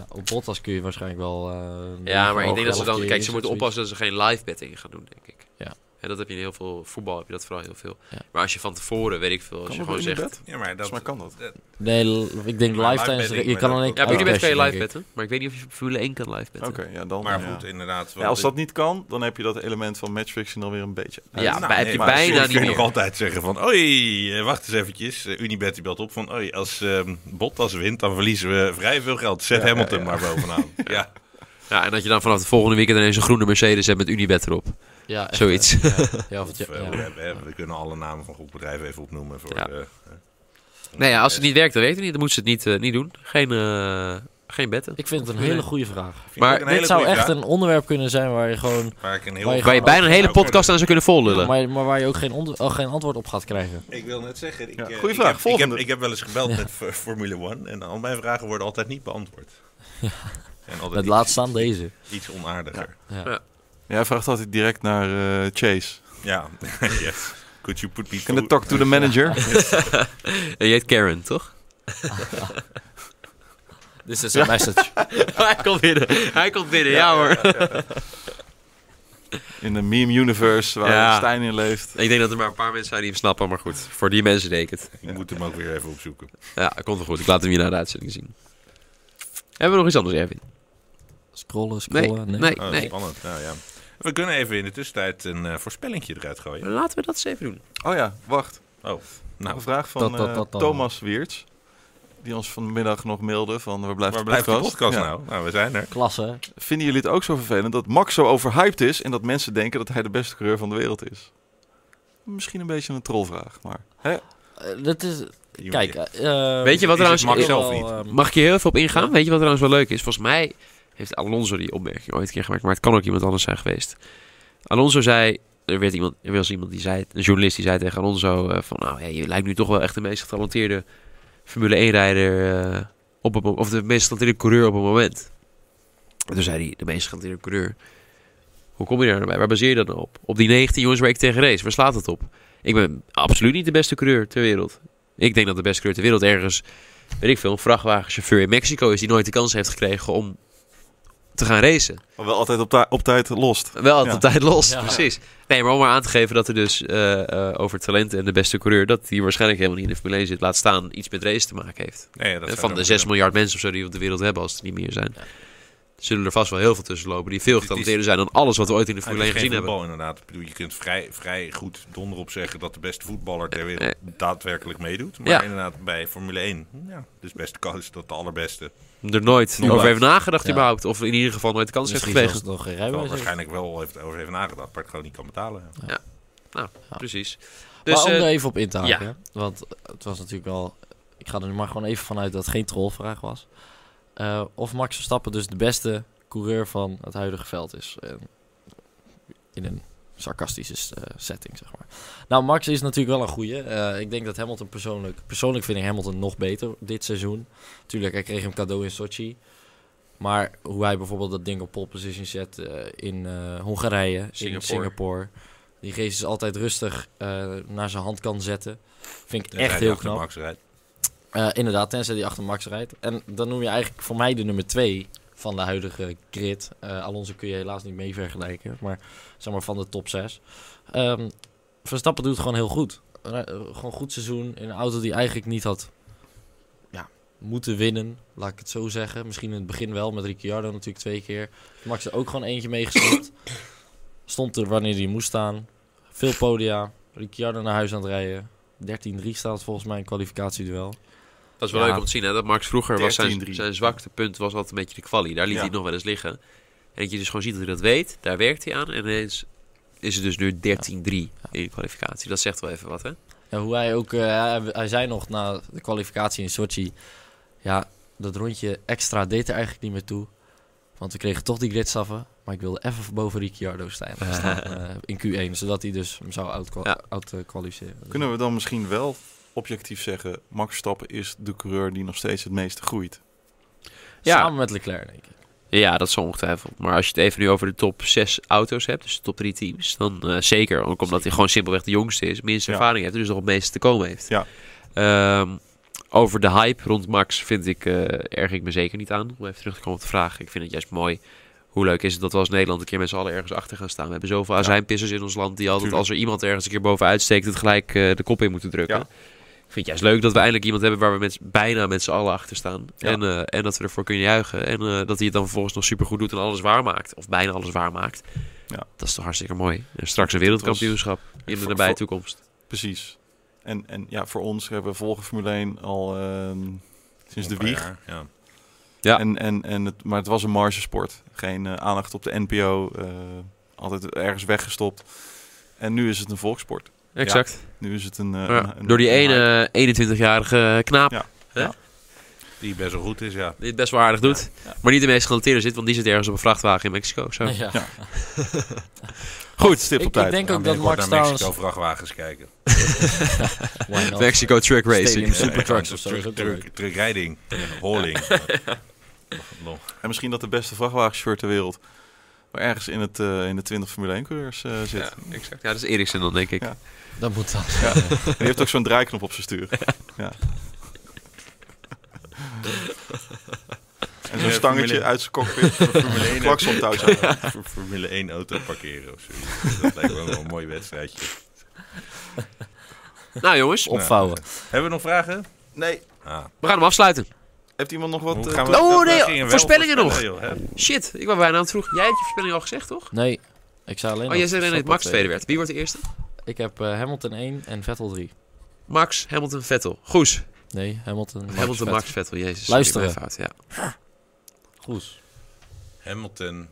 [SPEAKER 3] op Bottas kun je waarschijnlijk wel... eh,
[SPEAKER 1] Ja, maar ik
[SPEAKER 3] hoger
[SPEAKER 1] denk dat ze dan...
[SPEAKER 3] keer
[SPEAKER 1] Kijk,
[SPEAKER 3] is
[SPEAKER 1] ze moeten
[SPEAKER 3] of zoiets.
[SPEAKER 1] oppassen dat ze geen live betting gaan doen, denk ik.
[SPEAKER 3] Ja.
[SPEAKER 1] En dat heb je in heel veel... Voetbal heb je dat vooral heel veel.
[SPEAKER 3] Ja.
[SPEAKER 1] Maar als je van tevoren, weet ik veel, als
[SPEAKER 4] Kan
[SPEAKER 1] je
[SPEAKER 4] dat
[SPEAKER 1] gewoon
[SPEAKER 4] in je
[SPEAKER 1] zegt...
[SPEAKER 4] bed?
[SPEAKER 2] Ja, maar
[SPEAKER 4] Volgens mij kan dat.
[SPEAKER 3] Nee, l- ik denk
[SPEAKER 2] Maar
[SPEAKER 3] live tijdens...
[SPEAKER 2] live
[SPEAKER 3] de- Je
[SPEAKER 2] betting,
[SPEAKER 3] kan
[SPEAKER 2] maar
[SPEAKER 3] alleen...
[SPEAKER 2] dat-
[SPEAKER 1] Ja, bij
[SPEAKER 2] Oh,
[SPEAKER 1] jullie bed kan je
[SPEAKER 3] cashen,
[SPEAKER 1] live
[SPEAKER 3] denk ik.
[SPEAKER 1] betten. Maar ik weet niet of je op Formule 1 kan live betten.
[SPEAKER 4] Oké, ja, dan.
[SPEAKER 2] Maar
[SPEAKER 4] ja.
[SPEAKER 2] goed, inderdaad.
[SPEAKER 4] Ja, als dat niet kan, dan heb je dat element van matchfixing dan weer een beetje.
[SPEAKER 1] Ja,
[SPEAKER 4] uit.
[SPEAKER 2] Nou,
[SPEAKER 1] maar heb je
[SPEAKER 4] maar
[SPEAKER 1] bijna
[SPEAKER 2] soms
[SPEAKER 1] niet
[SPEAKER 2] kun je
[SPEAKER 1] meer.
[SPEAKER 2] nog altijd zeggen van... Oei, eh, wacht eens eventjes. Eh, Unibet die belt op van... Oei, als ehm, Bottas wint, dan verliezen we vrij veel geld. Zet
[SPEAKER 4] Ja,
[SPEAKER 2] Hamilton
[SPEAKER 4] ja, ja.
[SPEAKER 2] maar bovenaan.
[SPEAKER 4] (laughs)
[SPEAKER 2] ja.
[SPEAKER 1] Ja, en dat je dan vanaf het volgende weekend ineens een groene Mercedes hebt met Unibet erop.
[SPEAKER 3] Ja, echt,
[SPEAKER 1] Zoiets. (laughs)
[SPEAKER 3] eh, ja. Ja, of
[SPEAKER 2] Of,
[SPEAKER 3] het- ja,
[SPEAKER 2] eh, we,
[SPEAKER 3] ja.
[SPEAKER 2] hebben- hè, we kunnen alle namen van goed bedrijf even opnoemen. Voor,
[SPEAKER 1] Ja.
[SPEAKER 2] eh, eh.
[SPEAKER 1] Nee, Nou ja, als het niet werkt, dan werkt het niet. Dan moeten ze het niet, eh, niet doen. Geen, eh, geen betten.
[SPEAKER 3] Ik vind het een hele goede vraag.
[SPEAKER 2] Vind ik
[SPEAKER 1] maar
[SPEAKER 2] ook een hele
[SPEAKER 3] Dit zou
[SPEAKER 2] goeie
[SPEAKER 3] echt
[SPEAKER 2] vraag,
[SPEAKER 3] een onderwerp kunnen zijn waar je gewoon...
[SPEAKER 2] waar ik een heel
[SPEAKER 3] waar je
[SPEAKER 1] Waar je bijna een hele podcast aan zou kunnen vollullen.
[SPEAKER 3] Maar, maar waar je ook geen, onder- oh, geen antwoord op gaat krijgen.
[SPEAKER 2] Ik wil net zeggen, ik,
[SPEAKER 4] Ja,
[SPEAKER 2] eh,
[SPEAKER 4] goeie
[SPEAKER 2] ik
[SPEAKER 4] vraag,
[SPEAKER 2] heb- Ik heb,
[SPEAKER 4] volgende.
[SPEAKER 2] ik heb wel eens gebeld met F- Formule 1 en al mijn vragen worden altijd niet beantwoord. En altijd
[SPEAKER 3] Het
[SPEAKER 2] iets,
[SPEAKER 3] laat staan deze.
[SPEAKER 2] iets onaardiger.
[SPEAKER 4] Jij vraagt altijd direct naar eh, Chase.
[SPEAKER 2] Ja, (laughs) yes. Could you put me
[SPEAKER 4] Can I
[SPEAKER 2] through?
[SPEAKER 4] talk to the manager?
[SPEAKER 1] En je heet Karen, toch?
[SPEAKER 3] (laughs)
[SPEAKER 1] (laughs)
[SPEAKER 3] This is a message.
[SPEAKER 1] (laughs) Hij komt binnen. Hij komt binnen, ja, hoor.
[SPEAKER 4] In de meme universe waar
[SPEAKER 1] Ja.
[SPEAKER 4] Stijn in leeft.
[SPEAKER 1] Ik denk dat er maar een paar mensen zijn die hem snappen, maar goed. Voor die mensen deed ik het.
[SPEAKER 2] (laughs) Ik moet hem ook weer even opzoeken.
[SPEAKER 1] Ja, komt wel goed. Ik laat hem hier na de uitzending zien. Hebben we nog iets anders, Erwin?
[SPEAKER 3] Scrollen,
[SPEAKER 1] Nee,
[SPEAKER 3] scrollen.
[SPEAKER 1] nee,
[SPEAKER 3] Nee.
[SPEAKER 1] nee.
[SPEAKER 2] Oh, Spannend, nou ja. We kunnen even in de tussentijd een eh voorspellingje eruit gooien.
[SPEAKER 1] Laten we dat eens even doen.
[SPEAKER 4] Oh ja, wacht.
[SPEAKER 2] Nou,
[SPEAKER 4] een vraag van
[SPEAKER 3] dat- dat-
[SPEAKER 4] eh,
[SPEAKER 3] dat dan.
[SPEAKER 4] Thomas Wiertz. Die ons vanmiddag nog mailde van waar blijft
[SPEAKER 2] waar
[SPEAKER 4] de
[SPEAKER 2] blijft die
[SPEAKER 4] podcast?
[SPEAKER 2] podcast
[SPEAKER 4] Ja.
[SPEAKER 2] nou? Nou, we zijn er.
[SPEAKER 3] Klasse.
[SPEAKER 4] Vinden jullie het ook zo vervelend dat Max zo overhyped is en dat mensen denken dat hij de beste coureur van de wereld is? Misschien een beetje een trollvraag, maar... Hè?
[SPEAKER 3] Eh, dat is...
[SPEAKER 2] Die-
[SPEAKER 3] Kijk, eh,
[SPEAKER 1] Weet je wat
[SPEAKER 2] Is het
[SPEAKER 1] trouwens...
[SPEAKER 2] Max
[SPEAKER 1] ik-
[SPEAKER 2] zelf
[SPEAKER 3] wel,
[SPEAKER 2] niet?
[SPEAKER 3] ehm,
[SPEAKER 1] Mag ik hier heel even op ingaan? Weet je wat trouwens wel leuk is? Volgens mij heeft Alonso die opmerking ooit een keer gemaakt, maar het kan ook iemand anders zijn geweest. Alonso zei, er, werd iemand, er was iemand die zei, een journalist die zei tegen Alonso eh, van, nou, hey, je lijkt nu toch wel echt de meest getalenteerde Formule 1-rijder, op het mo- of de meest getalenteerde coureur op het moment. En toen zei hij, de meest getalenteerde coureur. Hoe kom je daar nou bij? Waar baseer je dat nou op? Op die 19 jongens waar ik tegen race, waar slaat het op? Ik ben absoluut niet de beste coureur ter wereld. Ik denk dat de beste coureur ter wereld ergens weet ik veel, een vrachtwagenchauffeur in Mexico is die nooit de kans heeft gekregen om te gaan racen.
[SPEAKER 4] Maar wel altijd op, ta- op tijd lost.
[SPEAKER 1] Wel altijd
[SPEAKER 4] Ja.
[SPEAKER 1] tijd los,
[SPEAKER 3] Ja.
[SPEAKER 1] precies. Nee, maar om maar aan te geven dat er dus eh, eh, over talent en de beste coureur, dat die waarschijnlijk helemaal niet in de Formule 1 zit, laat staan iets met race te maken heeft.
[SPEAKER 2] Nee, ja, dat zou
[SPEAKER 1] eh, Van de
[SPEAKER 2] ook
[SPEAKER 1] 6
[SPEAKER 2] kunnen.
[SPEAKER 1] miljard mensen of zo die we op de wereld hebben, als het er niet meer zijn.
[SPEAKER 3] Ja.
[SPEAKER 1] Zullen er vast wel heel veel tussen lopen die veel
[SPEAKER 2] Het is-
[SPEAKER 1] getalenteerder zijn dan alles wat we ooit in de
[SPEAKER 2] Ah, het
[SPEAKER 1] Formule 1
[SPEAKER 2] is geen
[SPEAKER 1] gezien hebben.
[SPEAKER 2] voetbal, inderdaad. Ik bedoel, je kunt vrij, vrij goed donder op zeggen dat de beste voetballer ter wereld daadwerkelijk meedoet. Maar
[SPEAKER 1] Ja.
[SPEAKER 2] inderdaad, bij Formule 1, ja, dus beste kans dat de allerbeste.
[SPEAKER 1] Er nooit
[SPEAKER 2] Nooit.
[SPEAKER 1] over heeft nagedacht
[SPEAKER 3] Ja.
[SPEAKER 1] überhaupt. Of in ieder geval nooit de kans heeft
[SPEAKER 3] misschien
[SPEAKER 1] gekregen.
[SPEAKER 3] zelfs nog geen
[SPEAKER 2] Terwijl
[SPEAKER 3] rijbewijs heeft.
[SPEAKER 2] waarschijnlijk wel heeft over even nagedacht, maar het gewoon niet kan betalen.
[SPEAKER 3] Ja.
[SPEAKER 1] Precies.
[SPEAKER 3] Maar
[SPEAKER 1] Dus
[SPEAKER 3] om
[SPEAKER 1] eh,
[SPEAKER 3] er even op in te
[SPEAKER 1] ja.
[SPEAKER 3] haken. Want het was natuurlijk wel... Ik ga er nu maar gewoon even vanuit dat het geen trollvraag was. Eh, of Max Verstappen dus de beste coureur van het huidige veld is. En in een sarcastische eh, setting, zeg maar. Nou, Max is natuurlijk wel een goeie. Eh, ik denk dat Hamilton persoonlijk... Persoonlijk vind ik Hamilton nog beter dit seizoen. Tuurlijk, hij kreeg hem cadeau in Sochi. Maar hoe hij bijvoorbeeld dat ding op pole position zet eh, in eh, Hongarije, in
[SPEAKER 1] Singapore.
[SPEAKER 3] Singapore. Die race is altijd rustig eh, naar zijn hand kan zetten. Vind ik
[SPEAKER 2] Tenzij
[SPEAKER 3] echt
[SPEAKER 2] je
[SPEAKER 3] heel
[SPEAKER 2] achter
[SPEAKER 3] knap.
[SPEAKER 2] Max rijdt.
[SPEAKER 3] Eh, inderdaad, tenzij die achter Max rijdt. En dan noem je eigenlijk voor mij de nummer twee van de huidige grid. Eh, Alonso kun je helaas niet mee vergelijken, maar zeg maar van de top zes. Ehm, Verstappen doet het gewoon heel goed. Eh, eh, gewoon goed seizoen in een auto die eigenlijk niet had ja, moeten winnen, laat ik het zo zeggen. Misschien in het begin wel, met Ricciardo natuurlijk twee keer. Max er ook gewoon eentje meegesnopt. Stond er wanneer hij moest staan. Veel podia. Ricciardo naar huis aan het rijden. 13-3 staat volgens mij een kwalificatieduel.
[SPEAKER 1] Dat is wel
[SPEAKER 3] Ja.
[SPEAKER 1] leuk om te zien, hè? Dat Max vroeger was zijn,
[SPEAKER 4] 13-3.
[SPEAKER 1] zijn zwakste punt was altijd een beetje de kwalie. Daar liet
[SPEAKER 4] Ja.
[SPEAKER 1] hij het nog wel eens liggen. En dat je dus gewoon ziet dat hij dat weet. Daar werkt hij aan. En ineens is het dus nu 13-3 in de kwalificatie. Dat zegt wel even wat, hè?
[SPEAKER 3] Ja, hoe hij ook, eh, hij, hij zei nog na de kwalificatie in Sochi, ja, dat rondje extra deed er eigenlijk niet meer toe. Want we kregen toch die gridstaffen, maar ik wilde even boven
[SPEAKER 1] (laughs)
[SPEAKER 3] Ricciardo staan, staan eh, in Q1, zodat hij dus hem zou out,
[SPEAKER 1] Ja.
[SPEAKER 3] out eh, kwalificeren. Dus-
[SPEAKER 4] Kunnen we dan misschien wel objectief zeggen... Max Verstappen is de coureur die nog steeds het meeste groeit.
[SPEAKER 1] Ja.
[SPEAKER 3] Samen met Leclerc, denk ik.
[SPEAKER 1] Ja, dat zal ongetwijfeld. Maar als je het even nu over de top 6 auto's hebt, dus de top 3 teams, dan eh, zeker. Ook omdat hij gewoon simpelweg de jongste is, minste
[SPEAKER 4] Ja.
[SPEAKER 1] ervaring heeft, dus nog het meeste te komen heeft.
[SPEAKER 4] Ja.
[SPEAKER 1] Ehm, over de hype rond Max vind ik, eh erg ik me zeker niet aan. Om even terug te komen op de vraag. Ik vind het juist mooi. Hoe leuk is het dat we als Nederland een keer met z'n allen ergens achter gaan staan. We hebben zoveel azijnpissers in ons land die altijd
[SPEAKER 4] Tuurlijk.
[SPEAKER 1] als er iemand ergens een keer bovenuit steekt, het gelijk eh, de kop in moeten drukken.
[SPEAKER 4] Ja.
[SPEAKER 1] Ik vind het juist leuk dat we eindelijk iemand hebben waar we met, bijna met z'n allen achter staan.
[SPEAKER 4] Ja.
[SPEAKER 1] En, eh, en dat we ervoor kunnen juichen. En eh, dat hij het dan vervolgens nog supergoed doet en alles waarmaakt. Of bijna alles waarmaakt.
[SPEAKER 4] Ja.
[SPEAKER 1] Dat is toch hartstikke mooi. En straks een wereldkampioenschap in de
[SPEAKER 4] Voor-
[SPEAKER 1] nabije
[SPEAKER 4] voor-
[SPEAKER 1] toekomst.
[SPEAKER 4] Precies. En, en ja, voor ons hebben we volgen Formule 1 al ehm, sinds de
[SPEAKER 2] Een paar
[SPEAKER 4] wieg.
[SPEAKER 2] jaar, Ja.
[SPEAKER 1] Ja.
[SPEAKER 4] En, en, en het, maar het was een margesport. Geen eh, aandacht op de NPO. eh, altijd ergens weggestopt. En nu is het een volkssport.
[SPEAKER 1] Exact.
[SPEAKER 4] Nu is het een...
[SPEAKER 1] Ja,
[SPEAKER 4] eh, een- een-
[SPEAKER 1] Door die
[SPEAKER 4] een hype.
[SPEAKER 1] ene 21-jarige knaap
[SPEAKER 4] Ja.
[SPEAKER 2] Die best wel goed is, ja.
[SPEAKER 1] die het best wel aardig doet.
[SPEAKER 4] Ja.
[SPEAKER 1] Maar niet de meest genoteerde zit, want die zit ergens op een vrachtwagen in Mexico. Zo.
[SPEAKER 3] (laughs) Ja.
[SPEAKER 4] Ja. Goed, stip op
[SPEAKER 3] Ik,
[SPEAKER 4] tijd.
[SPEAKER 3] ik denk
[SPEAKER 2] Gaan
[SPEAKER 3] ook
[SPEAKER 2] we
[SPEAKER 3] dat
[SPEAKER 2] binnenkort
[SPEAKER 3] Max
[SPEAKER 2] naar
[SPEAKER 3] trouwens...
[SPEAKER 2] Mexico vrachtwagens kijken.
[SPEAKER 3] Why not?
[SPEAKER 1] Mexico Truck
[SPEAKER 3] Stadium
[SPEAKER 1] Racing.
[SPEAKER 3] Supertrucks of zo. is ook leuk.
[SPEAKER 2] Truck, truckrijding. en Hauling. Nog.
[SPEAKER 4] En misschien dat de beste vrachtwagenchauffeur ter wereld... maar ergens in, het, eh, in de 20 Formule 1 coureurs eh, zit.
[SPEAKER 1] Ja, exact. Ja, dat is Eriksen dan, denk ik.
[SPEAKER 4] Ja.
[SPEAKER 3] Dat moet dan.
[SPEAKER 4] En die heeft ook zo'n draaiknop op zijn stuur. Ja. En zo'n stangetje uit zijn cockpit.
[SPEAKER 2] Formule (laughs) 1
[SPEAKER 4] Klakson thuis.
[SPEAKER 2] Voor Formule 1 auto parkeren of zoiets. Dat lijkt me wel een mooi wedstrijdje.
[SPEAKER 1] Nou jongens,
[SPEAKER 3] Opvouwen.
[SPEAKER 2] Hebben we nog vragen?
[SPEAKER 4] Nee,
[SPEAKER 2] Ah.
[SPEAKER 1] we gaan hem afsluiten.
[SPEAKER 4] heeft iemand nog wat?
[SPEAKER 2] Hoe
[SPEAKER 4] eh,
[SPEAKER 2] gaan
[SPEAKER 1] Oh,
[SPEAKER 2] dat- dat
[SPEAKER 1] nee,
[SPEAKER 2] gingen we wel
[SPEAKER 1] voorspellingen nog.
[SPEAKER 2] voorspellen, joh, hè?
[SPEAKER 1] Shit, ik was bijna aan het vroeg. Jij hebt je voorspelling al gezegd, toch?
[SPEAKER 3] Nee, ik zei alleen
[SPEAKER 1] Oh, jij
[SPEAKER 3] nog
[SPEAKER 1] zei alleen dat
[SPEAKER 3] Verstappen
[SPEAKER 1] Max tweede werd. Wie wordt de eerste?
[SPEAKER 3] Ik heb eh, Hamilton 1 en Vettel 3.
[SPEAKER 1] Max, Hamilton, Vettel. Goes.
[SPEAKER 3] Nee, Hamilton, Max,
[SPEAKER 1] Hamilton,
[SPEAKER 3] Vettel.
[SPEAKER 1] Max, Vettel. Jezus.
[SPEAKER 3] Luisteren.
[SPEAKER 1] ik ben fout, ja.
[SPEAKER 3] Goed.
[SPEAKER 2] Hamilton.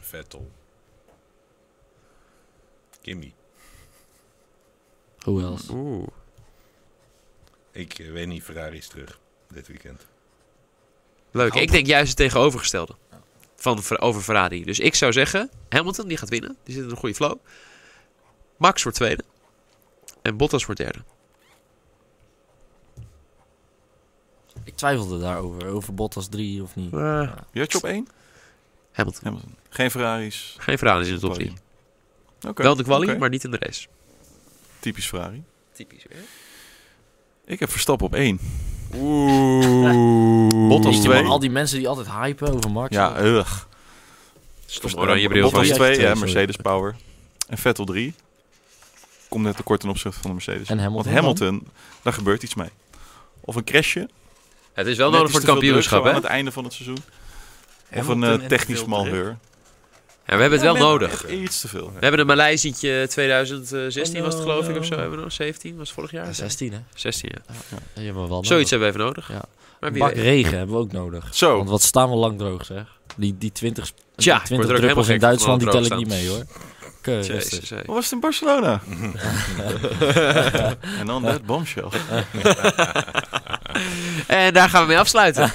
[SPEAKER 2] Vettel. Kimmy.
[SPEAKER 3] Who else?
[SPEAKER 1] Oeh.
[SPEAKER 2] Ik eh, weet niet, Ferrari is terug dit weekend.
[SPEAKER 1] Leuk. Ik denk juist het tegenovergestelde. Van, Fer- over Ferrari. Dus ik zou zeggen, Hamilton, die gaat winnen. Die zit in een goede flow. Max wordt tweede. En Bottas wordt derde.
[SPEAKER 3] Ik twijfelde daarover. Over Bottas 3 of
[SPEAKER 1] Eh,
[SPEAKER 3] niet.
[SPEAKER 4] Wie had je op één?
[SPEAKER 1] Hamilton.
[SPEAKER 4] Hamilton. Geen Ferraris.
[SPEAKER 1] Geen Ferrari's in de top
[SPEAKER 4] Quali.
[SPEAKER 1] 3.
[SPEAKER 4] Oké.
[SPEAKER 1] Wel in de quali,
[SPEAKER 4] Oké.
[SPEAKER 1] maar niet in de race.
[SPEAKER 4] Typisch Ferrari.
[SPEAKER 1] Typisch
[SPEAKER 4] Ik heb Verstappen op één.
[SPEAKER 1] Oeh.
[SPEAKER 4] Bottas
[SPEAKER 3] Weet je,
[SPEAKER 4] twee.
[SPEAKER 3] maar al die mensen die altijd hypen over Max. eh,
[SPEAKER 1] eh,
[SPEAKER 4] Ja, ugh.
[SPEAKER 1] Stom oranje bril van
[SPEAKER 4] Bottas
[SPEAKER 1] je.
[SPEAKER 3] je.
[SPEAKER 4] twee,
[SPEAKER 3] Twee,
[SPEAKER 4] ja,
[SPEAKER 3] sorry.
[SPEAKER 4] Mercedes Power. En Vettel drie. Komt net tekort ten opzichte van de Mercedes.
[SPEAKER 3] En Hamilton
[SPEAKER 4] Want Hamilton, daar gebeurt iets mee. Of een crashje.
[SPEAKER 1] Het is wel nodig
[SPEAKER 4] Net
[SPEAKER 1] voor
[SPEAKER 4] iets
[SPEAKER 1] het
[SPEAKER 4] te veel druk
[SPEAKER 1] kampioenschap,
[SPEAKER 4] zo
[SPEAKER 1] hè?
[SPEAKER 4] Aan het einde van het seizoen. Of
[SPEAKER 2] Hamilton
[SPEAKER 4] een eh,
[SPEAKER 2] en
[SPEAKER 4] technisch
[SPEAKER 2] veel druk.
[SPEAKER 4] malheur.
[SPEAKER 1] Ja, we hebben het wel nodig.
[SPEAKER 4] Iets te veel.
[SPEAKER 1] We hebben een Maleisietje 2016 was het
[SPEAKER 3] Oh,
[SPEAKER 1] geloof ik
[SPEAKER 3] no.
[SPEAKER 1] of zo. Hebben we nog? 17 was het vorig jaar?
[SPEAKER 3] Ja, 16 hè.
[SPEAKER 1] 16, ja.
[SPEAKER 3] Die hebben we wel
[SPEAKER 1] Zoiets
[SPEAKER 3] nodig.
[SPEAKER 1] hebben we even nodig.
[SPEAKER 3] Ja.
[SPEAKER 1] Maar
[SPEAKER 3] Een
[SPEAKER 1] wie
[SPEAKER 3] bak
[SPEAKER 1] weet.
[SPEAKER 3] regen hebben we ook nodig.
[SPEAKER 4] Zo,
[SPEAKER 3] Want wat staan we lang droog zeg. Die, die 20,
[SPEAKER 1] Tja,
[SPEAKER 3] die
[SPEAKER 1] ik
[SPEAKER 3] 20
[SPEAKER 1] word er ook helemaal
[SPEAKER 3] druppels in
[SPEAKER 1] gek van
[SPEAKER 3] Duitsland die
[SPEAKER 1] dat we
[SPEAKER 3] tel ik
[SPEAKER 1] droog
[SPEAKER 3] niet mee hoor. Oké,
[SPEAKER 1] Jezus,
[SPEAKER 3] rustig.
[SPEAKER 1] hey.
[SPEAKER 4] wat was het in (laughs) Barcelona? en dan dat bombshell.
[SPEAKER 3] Oh.
[SPEAKER 1] En Eh, daar gaan we mee
[SPEAKER 3] (laughs)
[SPEAKER 1] afsluiten.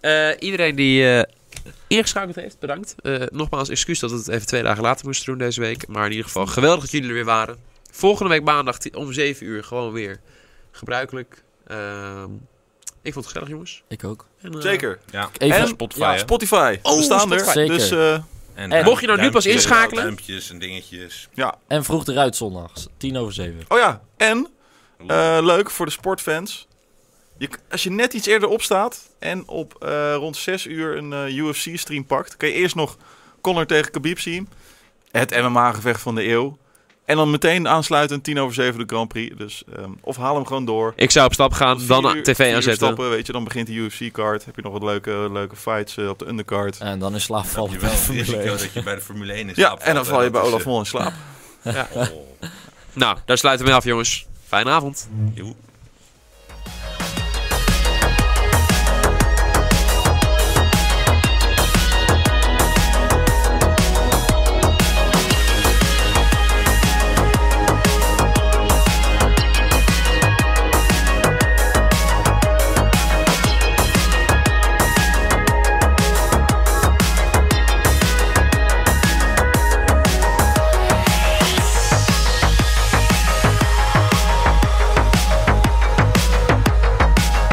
[SPEAKER 1] Eh, iedereen die eh, ingeschakeld heeft, bedankt. Eh, nogmaals, excuus dat we het even twee dagen later moesten doen deze week. Maar in ieder geval geweldig dat jullie er weer waren. Volgende week maandag ti- om 7 uur gewoon weer gebruikelijk. Ehm, ik vond het gezellig, jongens.
[SPEAKER 3] Ik ook.
[SPEAKER 1] En, eh,
[SPEAKER 4] Zeker.
[SPEAKER 2] Ja,
[SPEAKER 3] Even-
[SPEAKER 2] en Spotify.
[SPEAKER 4] Ja,
[SPEAKER 2] hè?
[SPEAKER 4] Spotify.
[SPEAKER 1] Oh,
[SPEAKER 4] we staan
[SPEAKER 1] Spotify.
[SPEAKER 4] er.
[SPEAKER 3] Zeker.
[SPEAKER 4] Dus eh,
[SPEAKER 2] En
[SPEAKER 3] Mocht
[SPEAKER 2] duim-
[SPEAKER 1] je nou nu pas
[SPEAKER 2] duimpjes,
[SPEAKER 1] inschakelen?
[SPEAKER 2] Duimpjes en dingetjes.
[SPEAKER 4] ja.
[SPEAKER 3] En vroeg eruit zondags. 10 over 7.
[SPEAKER 4] Oh ja, en eh, leuk voor de sportfans. Je, k- als je net iets eerder opstaat en op eh, rond 6 uur een eh, UFC-stream pakt, kan je eerst nog Connor tegen Khabib zien. Het MMA-gevecht van de eeuw. En dan meteen aansluitend 10 over 7 de Grand Prix. Dus, ehm, of haal hem gewoon door.
[SPEAKER 1] Ik zou op stap gaan, dan
[SPEAKER 4] Vier uur- vier
[SPEAKER 1] tv
[SPEAKER 4] uur
[SPEAKER 1] aanzetten.
[SPEAKER 4] Stappen, weet je, dan begint de UFC-card. Heb je nog wat leuke, leuke fights eh, op de undercard.
[SPEAKER 3] En dan in slaap
[SPEAKER 2] Heb je
[SPEAKER 3] vallen.
[SPEAKER 2] wel
[SPEAKER 3] bij
[SPEAKER 2] het
[SPEAKER 3] Formule
[SPEAKER 2] risico
[SPEAKER 3] 1.
[SPEAKER 2] dat je bij de Formule 1 in
[SPEAKER 4] Ja, dus, eh,
[SPEAKER 2] slaap
[SPEAKER 4] en dan
[SPEAKER 2] valt,
[SPEAKER 4] val je
[SPEAKER 2] hè?
[SPEAKER 4] bij
[SPEAKER 2] Dat
[SPEAKER 4] Olaf
[SPEAKER 2] is, eh, Oh,
[SPEAKER 4] Mol in slaap.
[SPEAKER 1] Nou, daar sluiten we mee af, jongens. Fijne avond.
[SPEAKER 2] eh, oh, joe.